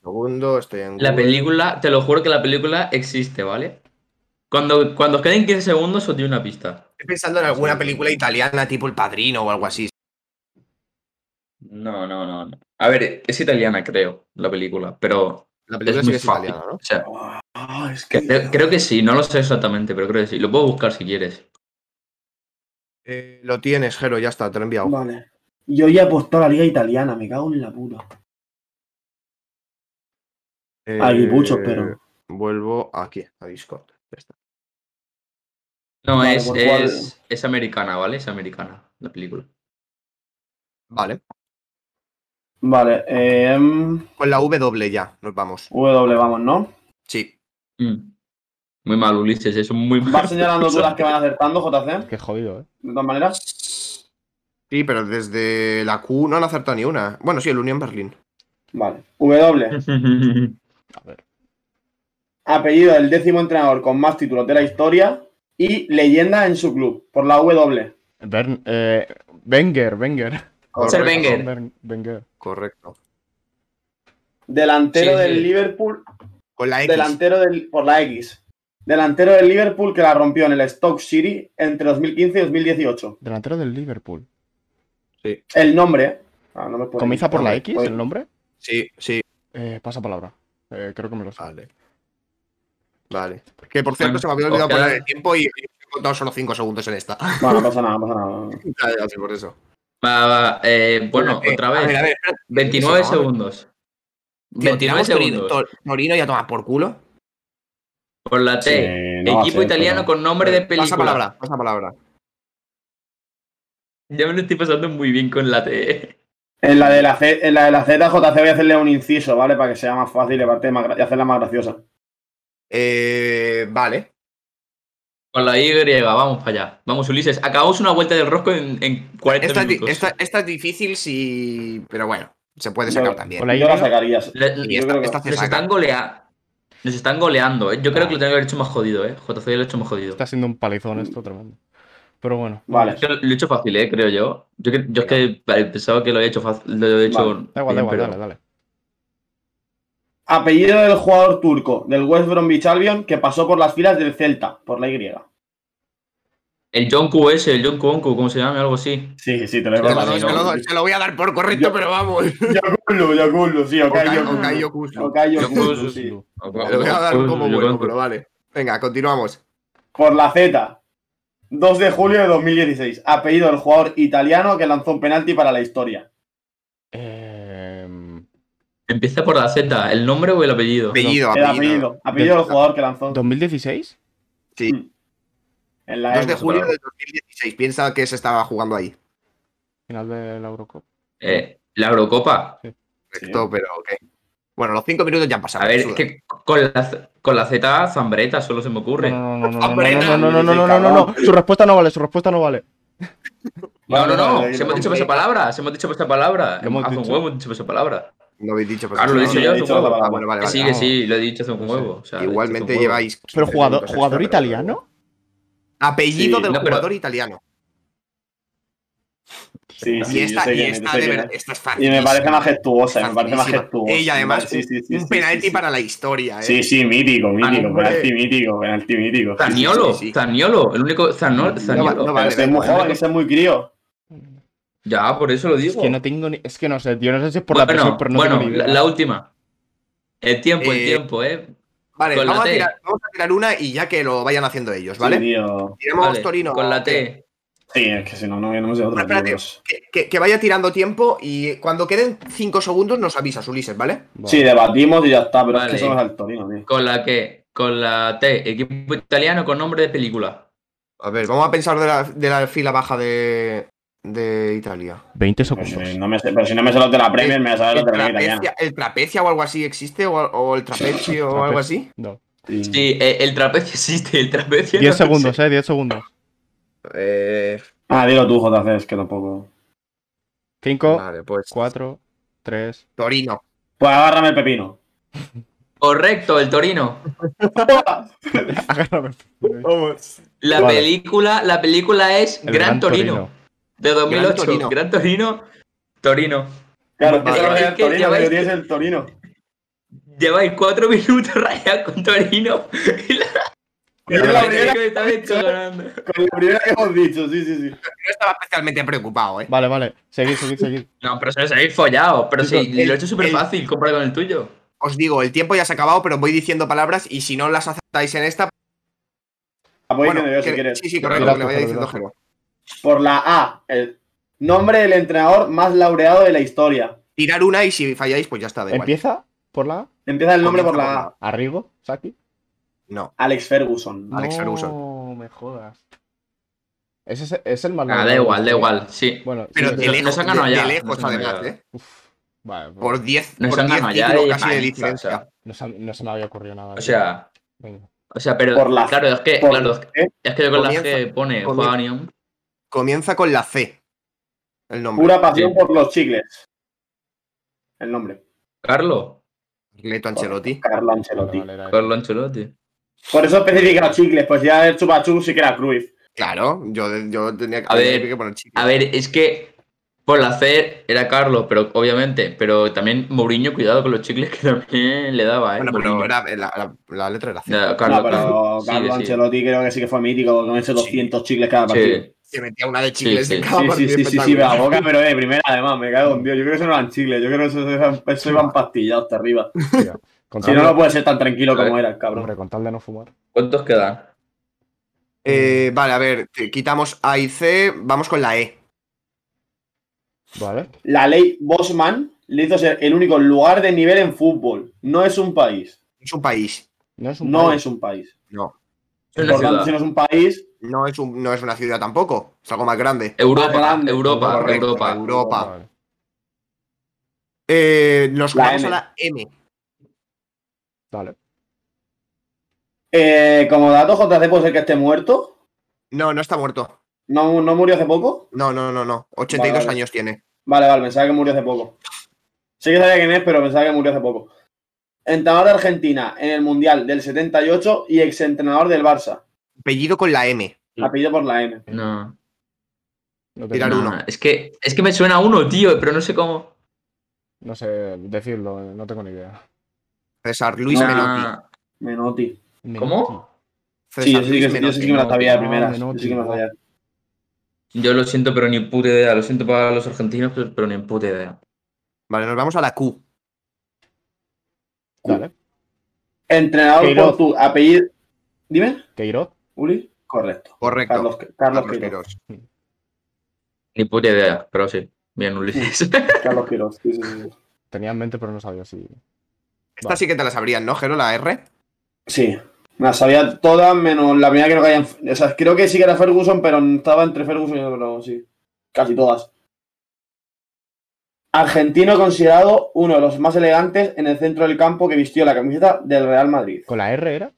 S5: Segundo, estoy en.
S3: La
S5: Google.
S3: película, te lo juro que la película existe, ¿vale? Cuando, cuando os queden 15 segundos, os doy una pista.
S5: Estoy pensando en alguna película italiana, tipo El Padrino o algo así.
S3: No, no, no. no. A ver, es italiana, creo, la película, pero
S5: La
S3: es
S5: película sí
S3: muy
S5: que es
S3: fácil.
S5: italiana, ¿no?
S3: O sea,
S4: Ah, es que.
S3: creo, creo que sí, no lo sé exactamente, pero creo que sí. Lo puedo buscar si quieres.
S5: Eh, lo tienes, Jero, ya está, te lo he enviado.
S4: Vale. Yo ya he apostado a la liga italiana, me cago en la puta.
S5: Eh,
S4: Aguipuchos, pero.
S5: Vuelvo aquí, a Discord. Ya está.
S3: No,
S4: Vale,
S3: es,
S5: pues
S4: por cuál-
S3: es, es americana, ¿vale? Es americana la película.
S5: Vale.
S4: Vale, eh.
S5: Con la W ya, nos vamos.
S4: W, vamos, ¿no?
S5: Sí.
S3: Mm. Muy mal, Ulises, eso es muy
S4: Vas
S3: mal.
S4: señalando tú las que van acertando, JC,
S2: Qué jodido, eh.
S4: de todas maneras.
S5: Sí, pero desde la Q no han acertado ni una. Bueno, sí, el Unión Berlín.
S4: Vale. W. Apellido del décimo entrenador con más títulos de la historia y leyenda en su club, por la W.
S2: Bern, eh, Wenger, Wenger.
S3: Ser
S5: Correcto,
S3: Wenger.
S2: Bern- Wenger.
S5: Correcto.
S4: Delantero
S3: Sí,
S4: del
S3: sí.
S4: Liverpool,
S5: Con la X.
S4: delantero del. por la X. Delantero del Liverpool que la rompió en el Stoke City entre 2015 y 2018.
S2: Delantero del Liverpool.
S4: El nombre. ah, no me puedo
S2: ¿Comienza por la
S4: decir.
S2: X
S4: Pues-
S2: el nombre?
S5: Sí, sí.
S2: Eh, pasa palabra. Eh, creo que me lo sé.
S5: Vale. Vale. Que por cierto,
S3: Bueno,
S5: se me había olvidado
S3: ojalá.
S5: poner el tiempo y he contado solo 5 segundos en esta.
S4: Bueno, no pasa nada, no pasa nada.
S5: Ya, ya, sí, por eso.
S3: Va, va, eh, bueno,
S5: Eh,
S3: otra
S5: A ver, a
S3: vez.
S5: ver, espera.
S3: 29
S5: Eso no,
S3: segundos.
S5: Tío,
S3: 29
S5: tiramos Torino,
S3: segundos.
S5: Tor- Torino y a tomar por culo.
S3: Por la T.
S4: Eh, no va a
S3: Equipo
S4: ser,
S3: italiano
S4: pero-
S3: con nombre de
S5: Pasa
S3: película.
S5: palabra, pasa palabra.
S3: Ya me lo estoy pasando muy bien con la T.
S4: En la de la, Z- en la de la ZJC voy a hacerle un inciso, ¿vale? Para que sea más fácil y aparte más gra- y hacerla más graciosa.
S5: Eh, vale.
S3: Con la Y, vamos para allá. Vamos, Ulises. Acabamos una vuelta del rosco en, en 40
S5: Esta es, di-
S3: minutos.
S5: esta- esta es difícil si. Pero bueno, se puede
S4: Yo-
S5: sacar también.
S2: Con la Y.
S4: Yo la sacaría. sí.
S3: Le-
S5: Y
S4: Yo
S5: esta,
S4: creo que-
S5: esta se
S3: Nos están
S5: saca.
S3: goleando. Nos están goleando, ¿eh? Yo creo
S2: Ah.
S3: que lo tengo que haber hecho más jodido, ¿eh? JC lo he hecho más jodido.
S2: Está siendo un palizón esto tremendo. Pero bueno.
S4: Vale.
S3: Yo lo he hecho fácil, ¿eh? Creo yo. Yo, que- yo es que vale, pensaba que lo había hecho fácil. Lo he hecho
S4: Vale.
S2: Da igual, da
S3: bien,
S2: igual,
S3: pero-
S2: dale, dale.
S4: Apellido del jugador turco del West Bromwich Albion que pasó por las filas del Celta, por la Y.
S3: El John QS, el John Cuoncu, ¿cómo se llama? Algo así.
S4: Sí, sí, te lo he
S5: Se lo,
S3: Vale,
S5: doy,
S4: pasado.
S5: se lo doy, se lo voy a dar por correcto,
S4: Yo-
S5: pero vamos.
S4: Yokulu, Yokulu, sí,
S5: Okai-
S4: Okayo.
S5: Okai Okusu.
S4: Okayo,
S3: Yokulu,
S4: sí.
S5: Te Lo voy a dar como
S3: John
S5: bueno,
S3: Cuoncu.
S5: pero vale. Venga, continuamos.
S4: Por la Z. 2 de julio de 2016. Apellido del jugador italiano que lanzó un penalti para la historia.
S2: Eh,
S3: Empieza por la Z, ¿el nombre o el apellido?
S5: Apellido,
S4: El
S5: apellido.
S4: apellido. Apellido del jugador que lanzó.
S2: ¿2016?
S5: Sí.
S4: En la
S5: 2 de
S4: M.
S5: julio del 2016. Piensa que se estaba jugando ahí.
S2: Final de la Eurocopa.
S3: Eh, la Eurocopa.
S5: Correcto, pero ok. Bueno, los cinco minutos ya han pasado.
S3: A ver,
S5: suda.
S3: es que con la, con la Z Zambreta solo se me ocurre. No,
S2: No, no, no, no, no, no, no, no, no, no, no, no, no. Su respuesta no vale, su respuesta no vale.
S3: no, no.
S4: Vale, vale,
S3: se hemos dicho esa palabra. Se hemos dicho esa palabra.
S2: Lo hemos
S3: Hace un
S2: dicho.
S3: huevo hemos dicho esa palabra.
S5: No habéis dicho. pues,
S3: Claro, lo he
S5: no,
S3: dicho
S5: no.
S3: yo.
S4: he
S3: hace un
S4: dicho
S3: huevo.
S4: la
S5: Ah, bueno, vale,
S3: Que
S5: vale.
S3: sí, que sí, lo he dicho hace un
S2: No sé.
S3: huevo. o sea, lo he dicho hace un
S5: Igualmente
S3: huevo.
S5: lleváis. 15
S2: Pero jugador,
S3: pues
S5: minutos
S2: jugador
S5: extra, pero-
S2: italiano.
S5: Apellido
S4: Sí,
S5: del
S3: no, pero-
S5: jugador italiano.
S4: Sí, sí,
S5: y
S4: yo
S5: esta,
S4: sé
S5: y
S4: quién es, yo
S5: esta,
S4: sé
S5: de
S4: quién
S5: verdad,
S4: es.
S5: esta es fácil.
S4: Y me parece majestuosa, me parece majestuosa.
S5: Y además,
S4: Sí, sí, sí,
S5: un
S4: sí,
S5: penalti
S4: sí, sí.
S5: para la historia, ¿eh?
S4: Sí, sí, mítico, mítico,
S5: hombre.
S4: penalti mítico, penalti mítico. Sí, sí,
S3: Zaniolo,
S5: sí, sí.
S3: Zaniolo, el único Zano- Zaniolo.
S5: no
S4: Pero
S5: vale,
S4: ese es
S5: da
S4: muy
S5: igual.
S4: joven, ese es muy crío.
S3: Ya, por eso lo
S2: Es
S3: digo.
S2: que no tengo ni. Es que no sé, tío. No sé si es por la
S3: bueno,
S2: presión, pero no
S3: bueno
S2: tengo ni
S3: la,
S2: idea.
S3: la última. El tiempo,
S5: Eh,
S3: el tiempo, ¿eh?
S5: Vale,
S3: con la
S5: vamos a,
S3: T.
S5: tirar, vamos a tirar una y ya que lo vayan haciendo ellos,
S4: Sí,
S5: ¿vale?
S4: tío.
S5: Tiramos
S3: Vale,
S5: Torino.
S3: con la
S5: que-
S3: T.
S4: Sí, es que si no, no no sé otro.
S5: Espérate.
S4: tío, Dios.
S5: Que, que- que vaya tirando tiempo y cuando queden 5 segundos nos avisas, Ulises, ¿vale?
S2: Vale.
S4: Sí, debatimos y ya está, pero es que
S3: Vale.
S4: eso no es al Torino, tío.
S3: Con la que, con la T, equipo italiano con nombre de película.
S5: A ver, vamos a pensar de la, de la fila baja de, de Italia.
S2: 20
S4: Pues,
S2: segundos.
S4: eh, no me sé- pero si no me sé los de la Premier, me voy a saber
S5: ¿El
S4: los de la Liga Italiana.
S5: trapecia, ¿El trapecia o algo así existe? ¿O, o el trapecio o algo así?
S2: No.
S4: Sí.
S3: Sí, eh, el trapecio existe, el trapecio.
S2: 10
S3: no sé.
S2: Mm. segundos, eh, 10 segundos.
S5: Eh,
S4: Ah, dilo tú, JC, es que tampoco.
S2: 5,
S5: vale, pues
S2: 4, 3.
S5: Torino.
S4: Pues agárrame el pepino.
S3: Correcto, el Torino.
S2: Agárrame.
S5: Vamos.
S3: La
S2: Vale.
S3: película, la película es
S2: El
S3: Gran, Torino, de 2008.
S5: Gran Torino.
S3: Gran Torino. Torino.
S4: Claro, es que
S5: Vale,
S4: solo
S3: es
S4: es el
S3: que
S4: Torino,
S3: lleváis-
S4: pero tienes el Torino.
S3: Lleváis cuatro minutos rayados con Torino. Y la,
S4: Es
S3: la
S4: la primera
S3: que me estáis ganando.
S4: con la primera que hemos dicho, sí, sí, sí.
S5: Yo estaba especialmente preocupado, ¿eh?
S2: Vale, vale. Seguid, seguid, seguid.
S3: No, pero se los habéis follado. Pero sí,
S5: Chicos, el-
S3: lo he hecho súper
S5: el-
S3: fácil comparado con el tuyo.
S5: Os digo, el tiempo ya se ha acabado, pero voy diciendo palabras y si no las aceptáis en esta.
S4: La puedes ir
S5: bueno,
S4: nervioso si
S5: que-
S4: quieres.
S5: sí, sí, correcto,
S2: Gracias,
S5: que le vaya
S2: Jero,
S5: diciendo
S2: gracias.
S5: Jero.
S4: Por la A, el nombre del entrenador más laureado de la historia.
S5: Tirar una y si falláis, pues ya está, da igual.
S2: Empieza por la
S4: Empieza el nombre por la A.
S5: Comienza
S2: Arrigo, Saki.
S5: No.
S4: Alex Ferguson.
S5: Alex
S2: No me jodas. Ese es, es el más
S3: Ah, da
S2: largo.
S3: igual, da igual, sí.
S2: Bueno,
S5: Pero
S2: sí,
S5: de
S2: sí.
S3: nos
S5: lejos,
S3: han ganado
S5: de, de
S3: ya,
S5: lejos
S3: nos han
S5: además,
S3: ganado.
S5: ¿eh?
S2: Uf, vale, pues,
S5: Por 10
S3: Nos
S5: por
S3: han
S5: 10
S3: ganado ya
S5: títulos
S3: de
S5: casi de
S3: paliza,
S5: diferencia.
S3: o sea.
S2: no, se, no se me había ocurrido nada.
S3: O
S2: tío.
S3: sea,
S2: Venga.
S3: o sea, pero
S4: Por la-
S3: claro, es que,
S4: Por
S3: claro,
S4: C,
S3: es que con las
S5: comienza-
S3: que pone
S5: comienza.
S3: Juan Unión,
S5: Comienza con la C. El nombre.
S4: Pura pasión
S3: Sí.
S4: por los chicles. El nombre.
S3: Carlo,
S5: Leto Ancelotti.
S4: Carlo Ancelotti.
S2: Vale, vale, era-
S3: Carlo Ancelotti.
S4: Por eso especifica los chicles, pues ya el chupachú sí que era Cruyff.
S5: Claro, yo, yo tenía que,
S3: A ver,
S5: tenía que poner chicle.
S3: A ver, es que por la C era Carlo, pero obviamente, pero también Mourinho, cuidado con los chicles que también le daba, eh.
S5: Bueno,
S3: Mourinho.
S5: pero era, la, la- la letra era C.
S4: Claro,
S3: Ya, Carlo,
S4: pero
S3: sí,
S4: Carlo
S3: sí.
S4: Ancelotti creo que sí que fue mítico, porque me hizo 200 chicles cada partido.
S3: Sí.
S5: Se metía una de chicles
S3: Sí,
S5: en
S3: sí.
S5: cada
S4: Sí, sí,
S5: partido.
S4: sí, sí, sí, me la boca, pero de primera además, me cago en Dios. Yo creo que eso no eran chicles, yo creo que eso, eran- eso iban pastillados hasta arriba.
S2: con
S4: Si
S2: tal
S4: no,
S2: de-
S4: no puede ser tan tranquilo como
S3: Vale.
S4: era el cabrón.
S2: Hombre, con tal de no fumar.
S3: ¿Cuántos quedan?
S5: Eh, vale, a ver, te- quitamos A y C, vamos con la E.
S2: Vale.
S4: La ley Bosman le hizo ser el único lugar de nivel en fútbol. No es un país.
S5: Es un país.
S2: No es un
S4: No
S2: país.
S4: es un país.
S3: Es una
S4: Por tanto, si
S3: ciudad.
S4: no es un país,
S5: No es, un- no es una ciudad tampoco. Es algo más grande.
S3: Europa,
S4: grande.
S3: Europa,
S5: Correcto,
S3: Europa.
S5: Europa.
S2: Vale.
S5: Eh, nos
S4: La
S5: vamos
S4: M.
S5: a la M.
S2: Vale.
S4: eh, como dato, JC puede ser que esté muerto.
S5: No, no está muerto.
S4: ¿No, no murió hace poco?
S5: No, no, no, no. 82
S4: Vale.
S5: años tiene.
S4: Vale, vale, pensaba que murió hace poco. Sí que sabía quién es, pero pensaba que murió hace poco. Entrenador de Argentina en el Mundial del 78 y exentrenador del Barça.
S5: Apellido con la M.
S3: Mm.
S4: Apellido por la M.
S3: No,
S2: No,
S5: Tirar
S2: tengo-
S5: uno.
S3: no, es que es que me suena uno, tío, pero no sé cómo.
S2: no sé decirlo, eh, no tengo ni idea.
S5: César Luis
S4: No.
S5: Menotti.
S4: Menotti.
S3: ¿Cómo?
S5: César
S4: Sí, yo sí
S5: Luis
S4: que, yo sí que me
S5: Menotti.
S4: la sabía de primeras.
S2: Menotti,
S4: Yo sí que me la
S2: no.
S4: sabía.
S3: Yo lo siento, pero ni puta idea. Lo siento para los argentinos, pero, pero ni puta idea.
S5: Vale, nos vamos a la Q.
S2: Dale.
S4: Entrenador
S2: Queiroz.
S4: por tu apellido. Dime,
S2: Queiroz.
S4: Uli. Correcto.
S5: Correcto.
S4: Carlos, Carlos,
S5: Carlos
S4: Queiroz.
S5: Queiroz.
S3: Ni puta idea, pero sí. Bien, Ulises.
S4: Carlos Queiroz. Sí, sí, sí.
S2: Tenía en mente, pero no sabía si.
S5: Esta
S2: Vale.
S5: sí que te la sabrían, ¿no, Jero? La R.
S4: Sí. Me la sabía todas menos la primera que no caía en... O sea, creo que sí que era Ferguson, pero estaba entre Ferguson y pero sí. Casi todas. Argentino considerado uno de los más elegantes en el centro del campo que vistió la camiseta del Real Madrid.
S2: ¿Con la R era?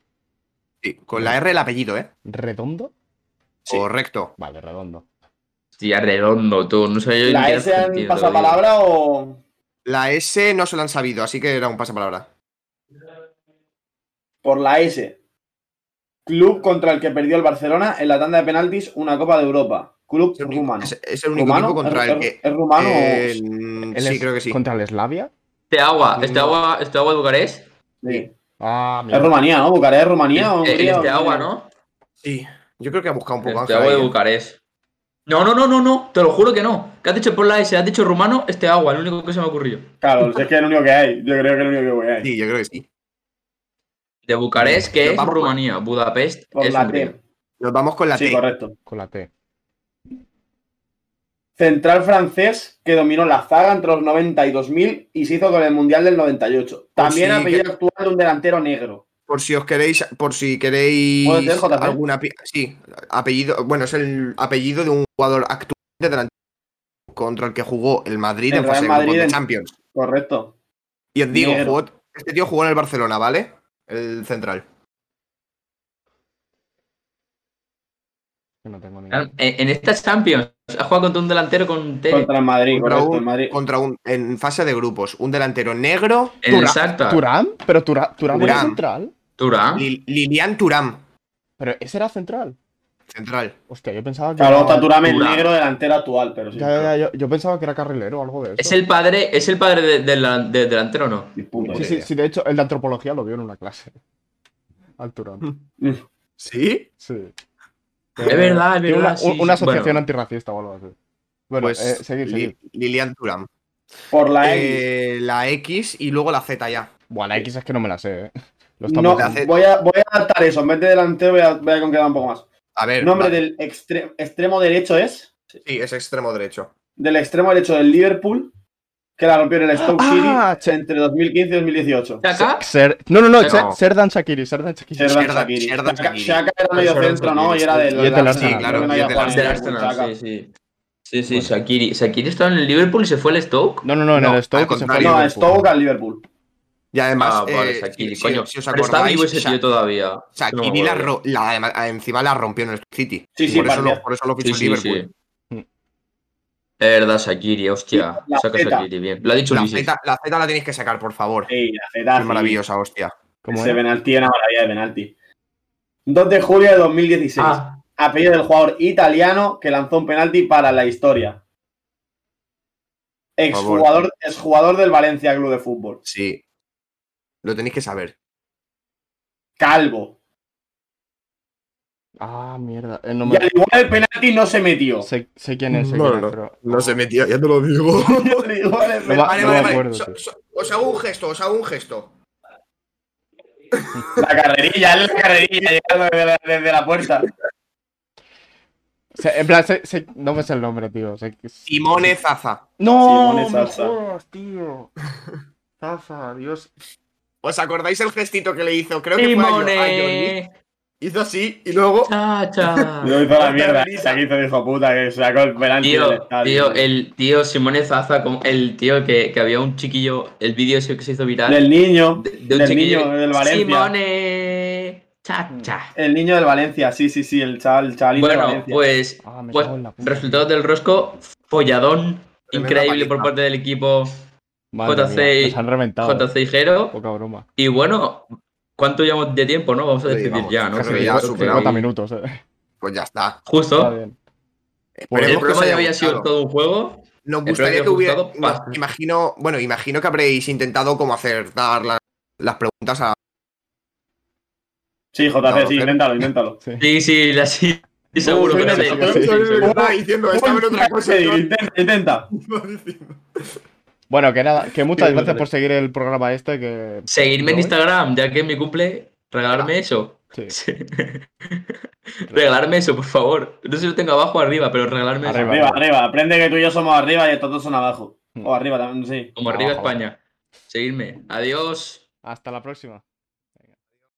S5: Sí, con la R el apellido, ¿eh?
S2: ¿Redondo?
S4: Sí.
S5: Correcto.
S2: Vale, redondo.
S3: Hostia, redondo, tú. No sabía yo ni
S4: ¿La
S3: que era
S4: S en
S3: argentino, te lo
S4: pasapalabra o.?
S5: La S no se la han sabido, así que era un pasapalabra.
S4: Por la S. Club contra el que perdió el Barcelona en la tanda de penaltis una Copa de Europa. Club
S5: Es el único-
S4: rumano.
S5: Es, es el único
S4: ¿Rumano?
S5: equipo contra
S4: ¿Es-
S5: el
S4: es-
S5: que.
S4: ¿Es rumano
S5: eh,
S4: o.?
S2: ¿El
S5: sí,
S2: es
S5: creo que sí.
S2: ¿Contra el Eslavia?
S3: Este agua, este
S5: No.
S3: agua, este agua de Bucarest.
S4: Sí.
S2: Ah,
S4: Es
S2: mira.
S4: Rumanía, ¿no? Bucarest es Rumanía o.
S3: Este-
S4: Hungría,
S3: este
S4: o-
S3: agua, ¿no?
S5: Sí. Yo creo que ha buscado un
S3: Este
S5: poco Ángel
S3: agua de
S5: ahí, ¿eh?
S3: Bucarest. No, no, no, no, no. Te lo juro que no. ¿Qué has dicho por la S? Has dicho rumano, este agua, el único que se me ha ocurrido.
S4: Claro, si es que es el único que hay. Yo creo que es el único que voy a ir.
S5: Sí, yo creo que sí.
S3: De Bucarest,
S5: Yo
S3: que es
S5: vamos-
S3: Rumanía. Budapest
S4: Por
S3: es
S4: la
S3: Hungría.
S4: T.
S5: Nos vamos con la
S4: Sí,
S5: T.
S4: correcto.
S2: Con la T.
S4: Central francés que dominó la zaga entre los 90 y 2000 y se hizo con el Mundial del 98. También
S5: Pues sí,
S4: apellido actual de un delantero negro.
S5: Por si os queréis, por si queréis
S4: Puede ser, JP.
S5: alguna sí, apellido, bueno, es el apellido de un jugador actual de delantero contra el que jugó el Madrid
S4: El
S5: en fase de
S4: Real Madrid
S5: grupos de
S4: en-
S5: Champions.
S4: Correcto.
S5: Y os digo,
S4: Negro.
S5: jugó- este tío jugó en el Barcelona, ¿vale? El central.
S2: Yo no tengo
S5: Ah.
S2: ni
S3: Claro, En en esta Champions, has jugado contra un delantero con T.
S4: Contra el Madrid,
S5: Contra
S4: correcto.
S5: un-
S4: El Madrid.
S5: Contra un en fase de grupos, un delantero negro,
S3: En el
S5: Turam,
S3: Shakhtar.
S2: ¿Turán? ¿Pero Turán, Turán era
S5: Turán.
S2: central?
S3: Turán.
S5: Li- Lilian Turam,
S2: ¿Pero ese era central?
S5: central.
S2: Hostia, yo pensaba que
S4: Claro,
S2: era...
S4: está Thuram, el
S3: Thuram.
S4: negro delantero actual, pero sí.
S2: Ya, ya, ya, yo, yo pensaba que era carrilero o algo de eso.
S3: ¿Es el padre, es el padre de- del del delantero o no?
S4: Ni puta
S2: Sí,
S4: idea.
S2: sí, sí, de hecho, el de antropología lo vio en una clase. Al Turán.
S4: Mm.
S5: ¿Sí?
S2: Sí.
S3: Es verdad, es
S2: Tiene una,
S3: verdad. sí,
S2: un-
S3: sí.
S2: una asociación
S3: Bueno,
S2: antirracista o algo así. Bueno,
S5: Pues
S2: eh, seguir,
S5: Li-
S2: seguir.
S5: Lilian Turam.
S4: Por la X.
S5: Eh, la X y luego la Z ya.
S2: Buah, la X es que no me la sé, eh. Lo
S4: No,
S2: estamos-
S5: la hace-
S4: voy a, voy a adaptar eso. En vez de delantero, voy a, voy a concretar un poco más.
S5: A ver,
S4: Nombre
S5: va-
S4: del extre- extremo derecho es.
S5: sí, es extremo derecho.
S4: Del extremo derecho del Liverpool, que la rompió en el Stoke
S2: Ah,
S4: City entre 2015 y 2018.
S3: Shaka,
S2: Ser- No, no, no,
S3: No.
S2: Ser- Serdan Shakiri, Serdan Shakiri.
S4: Sherdar
S5: Sherdar-
S4: Shakiri.
S5: Sherdar
S4: Shaka-
S5: Shakiri.
S4: Shaka era medio
S3: Sherdar
S4: centro, ¿no?
S3: Shakiri,
S4: Y era
S3: sí.
S4: del
S2: Y es del
S4: Arsenal.
S2: Arsenal. Sí, claro,
S4: Creo que no
S5: y es
S4: había
S5: del
S4: jugado en
S3: del
S4: el
S3: Arsenal,
S4: Shaka.
S3: sí, sí. Sí, sí, Shakiri. Shakiri estaba en el Liverpool y se fue al Stoke.
S2: No, no, no, en
S5: No,
S2: el Stoke
S5: al
S2: que se fue
S5: contrario.
S4: No,
S2: al
S4: a
S2: Liverpool.
S4: Stoke al Liverpool.
S5: Y además,
S3: Ah, vale,
S5: eh,
S3: Shakiri,
S5: si-
S3: coño.
S5: si os
S3: Pero está
S5: acordáis,
S3: vivo ese
S5: Sha-
S3: tío todavía.
S5: Shakiri
S3: No me
S5: la,
S3: acuerdo.
S5: ro- la- además- encima la rompió en el City.
S4: Sí, sí,
S5: por, eso
S4: partía.
S5: lo, por eso lo fichó
S3: Sí,
S5: el
S3: sí,
S5: Liverpool.
S3: sí. Es verdad, Shakiri, hostia.
S4: La
S3: Saca
S4: Z.
S3: Shakiri, bien. Lo ha dicho
S5: La,
S3: Luis.
S5: Z, la Z la tenéis que sacar, por favor.
S4: Sí, la Zeta,
S5: es maravillosa, hostia.
S2: ¿Cómo
S4: Ese
S2: era?
S4: penalti era una maravilla de penalti. 2 de julio de 2016.
S3: Ah,
S4: Apellido del jugador italiano que lanzó un penalti para la historia. Exjugador, exjugador del Valencia Club de Fútbol.
S5: Sí. Lo tenéis que saber.
S4: Calvo.
S2: Ah, mierda. eh, no
S4: Y
S2: me...
S4: al igual el penalti no se metió.
S2: sé, sé quién es, sé
S5: No,
S2: quién es, pero-
S5: metía, ya te lo digo.
S4: Al igual el penalti-
S5: vale,
S2: no me
S5: vale, vale.
S2: acuerdo,
S5: So-
S2: sí.
S5: so- os hago un gesto, os hago un gesto.
S4: La carrerilla, es la carrerilla llegando desde la, desde la puerta.
S2: Sé- en plan, sé- sé- no me sé el nombre, tío. sé que-
S5: Simone Zaza.
S2: No,
S4: Simone
S2: me
S4: Zaza.
S2: jodas, tío. Zaza, Dios.
S5: ¿Os acordáis el gestito que le hizo? Creo que fue a Jo- a Johnny.
S3: Simone.
S5: Hizo así y luego.
S3: Cha, cha.
S4: Lo hizo la mierda.
S5: Qué
S4: Aquí hizo el hijo puta que sacó el penalti del
S3: Tío,
S4: estadio.
S3: tío, el tío Simone Zaza, como el tío que, que había un chiquillo, el vídeo ese que se hizo viral.
S4: Del niño.
S3: de, de un
S4: del
S3: chiquillo.
S4: niño, del Valencia.
S3: Simone. Cha,
S5: Mm.
S3: cha.
S4: El niño del Valencia, sí, sí, sí, el chaval, el chavalito del
S3: Bueno,
S4: Valencia.
S3: pues,
S2: Ah, me
S3: pues
S2: cago en la puta.
S3: resultados del rosco, folladón,
S5: Tremenda
S3: increíble
S5: paliza.
S3: por parte del equipo
S2: Madre mía,
S3: JC,
S2: nos han reventado. eh.
S3: JC Hijero.
S2: Poca broma.
S3: Y bueno, ¿cuánto llevamos de tiempo, no? Vamos a
S5: Sí,
S3: despedir
S5: vamos,
S3: ya, ¿no?
S5: casi
S3: Porque
S5: ya
S3: yo creo que-
S5: superamos.
S2: 50 minutos, eh.
S5: Pues ya está.
S2: Está
S3: Justo.
S2: bien.
S5: Esperemos
S3: Pues El
S5: que os
S3: programa de
S5: haya
S3: hoy ha sido
S5: gustado.
S3: todo un juego.
S5: Nos
S3: Espero que
S5: gustaría que
S3: os haya
S5: hubiera.
S3: gustado
S5: ima-
S3: bastante.
S5: Imagino, bueno, imagino que habréis intentado como acertar la- las preguntas a.
S4: Sí, JC,
S5: No,
S4: sí,
S5: pero-
S4: inténtalo, inténtalo.
S3: Sí, sí, la- sí, seguro
S4: sí,
S3: que la
S4: sí,
S3: sé.
S4: sí, sí.
S5: Estaba diciendo, estaba en otra cosa,
S4: Sí,
S5: yo-
S4: Intenta, intenta.
S2: Bueno, que nada, que muchas
S4: Sí,
S2: gracias
S4: vale.
S2: por seguir el programa este que.
S3: Seguirme en
S2: ¿no?
S3: Instagram, ya que es mi cumple, regalarme eso.
S2: Sí.
S3: Sí. regalarme eso, por favor. No sé si lo tengo abajo o arriba, pero regalarme eso.
S2: Arriba.
S4: Arriba, arriba. Aprende que tú y yo somos arriba y estos dos son abajo.
S2: Mm.
S4: O arriba también, sí.
S3: Como arriba
S2: Abajo.
S3: España. Seguirme. Adiós.
S2: Hasta la próxima.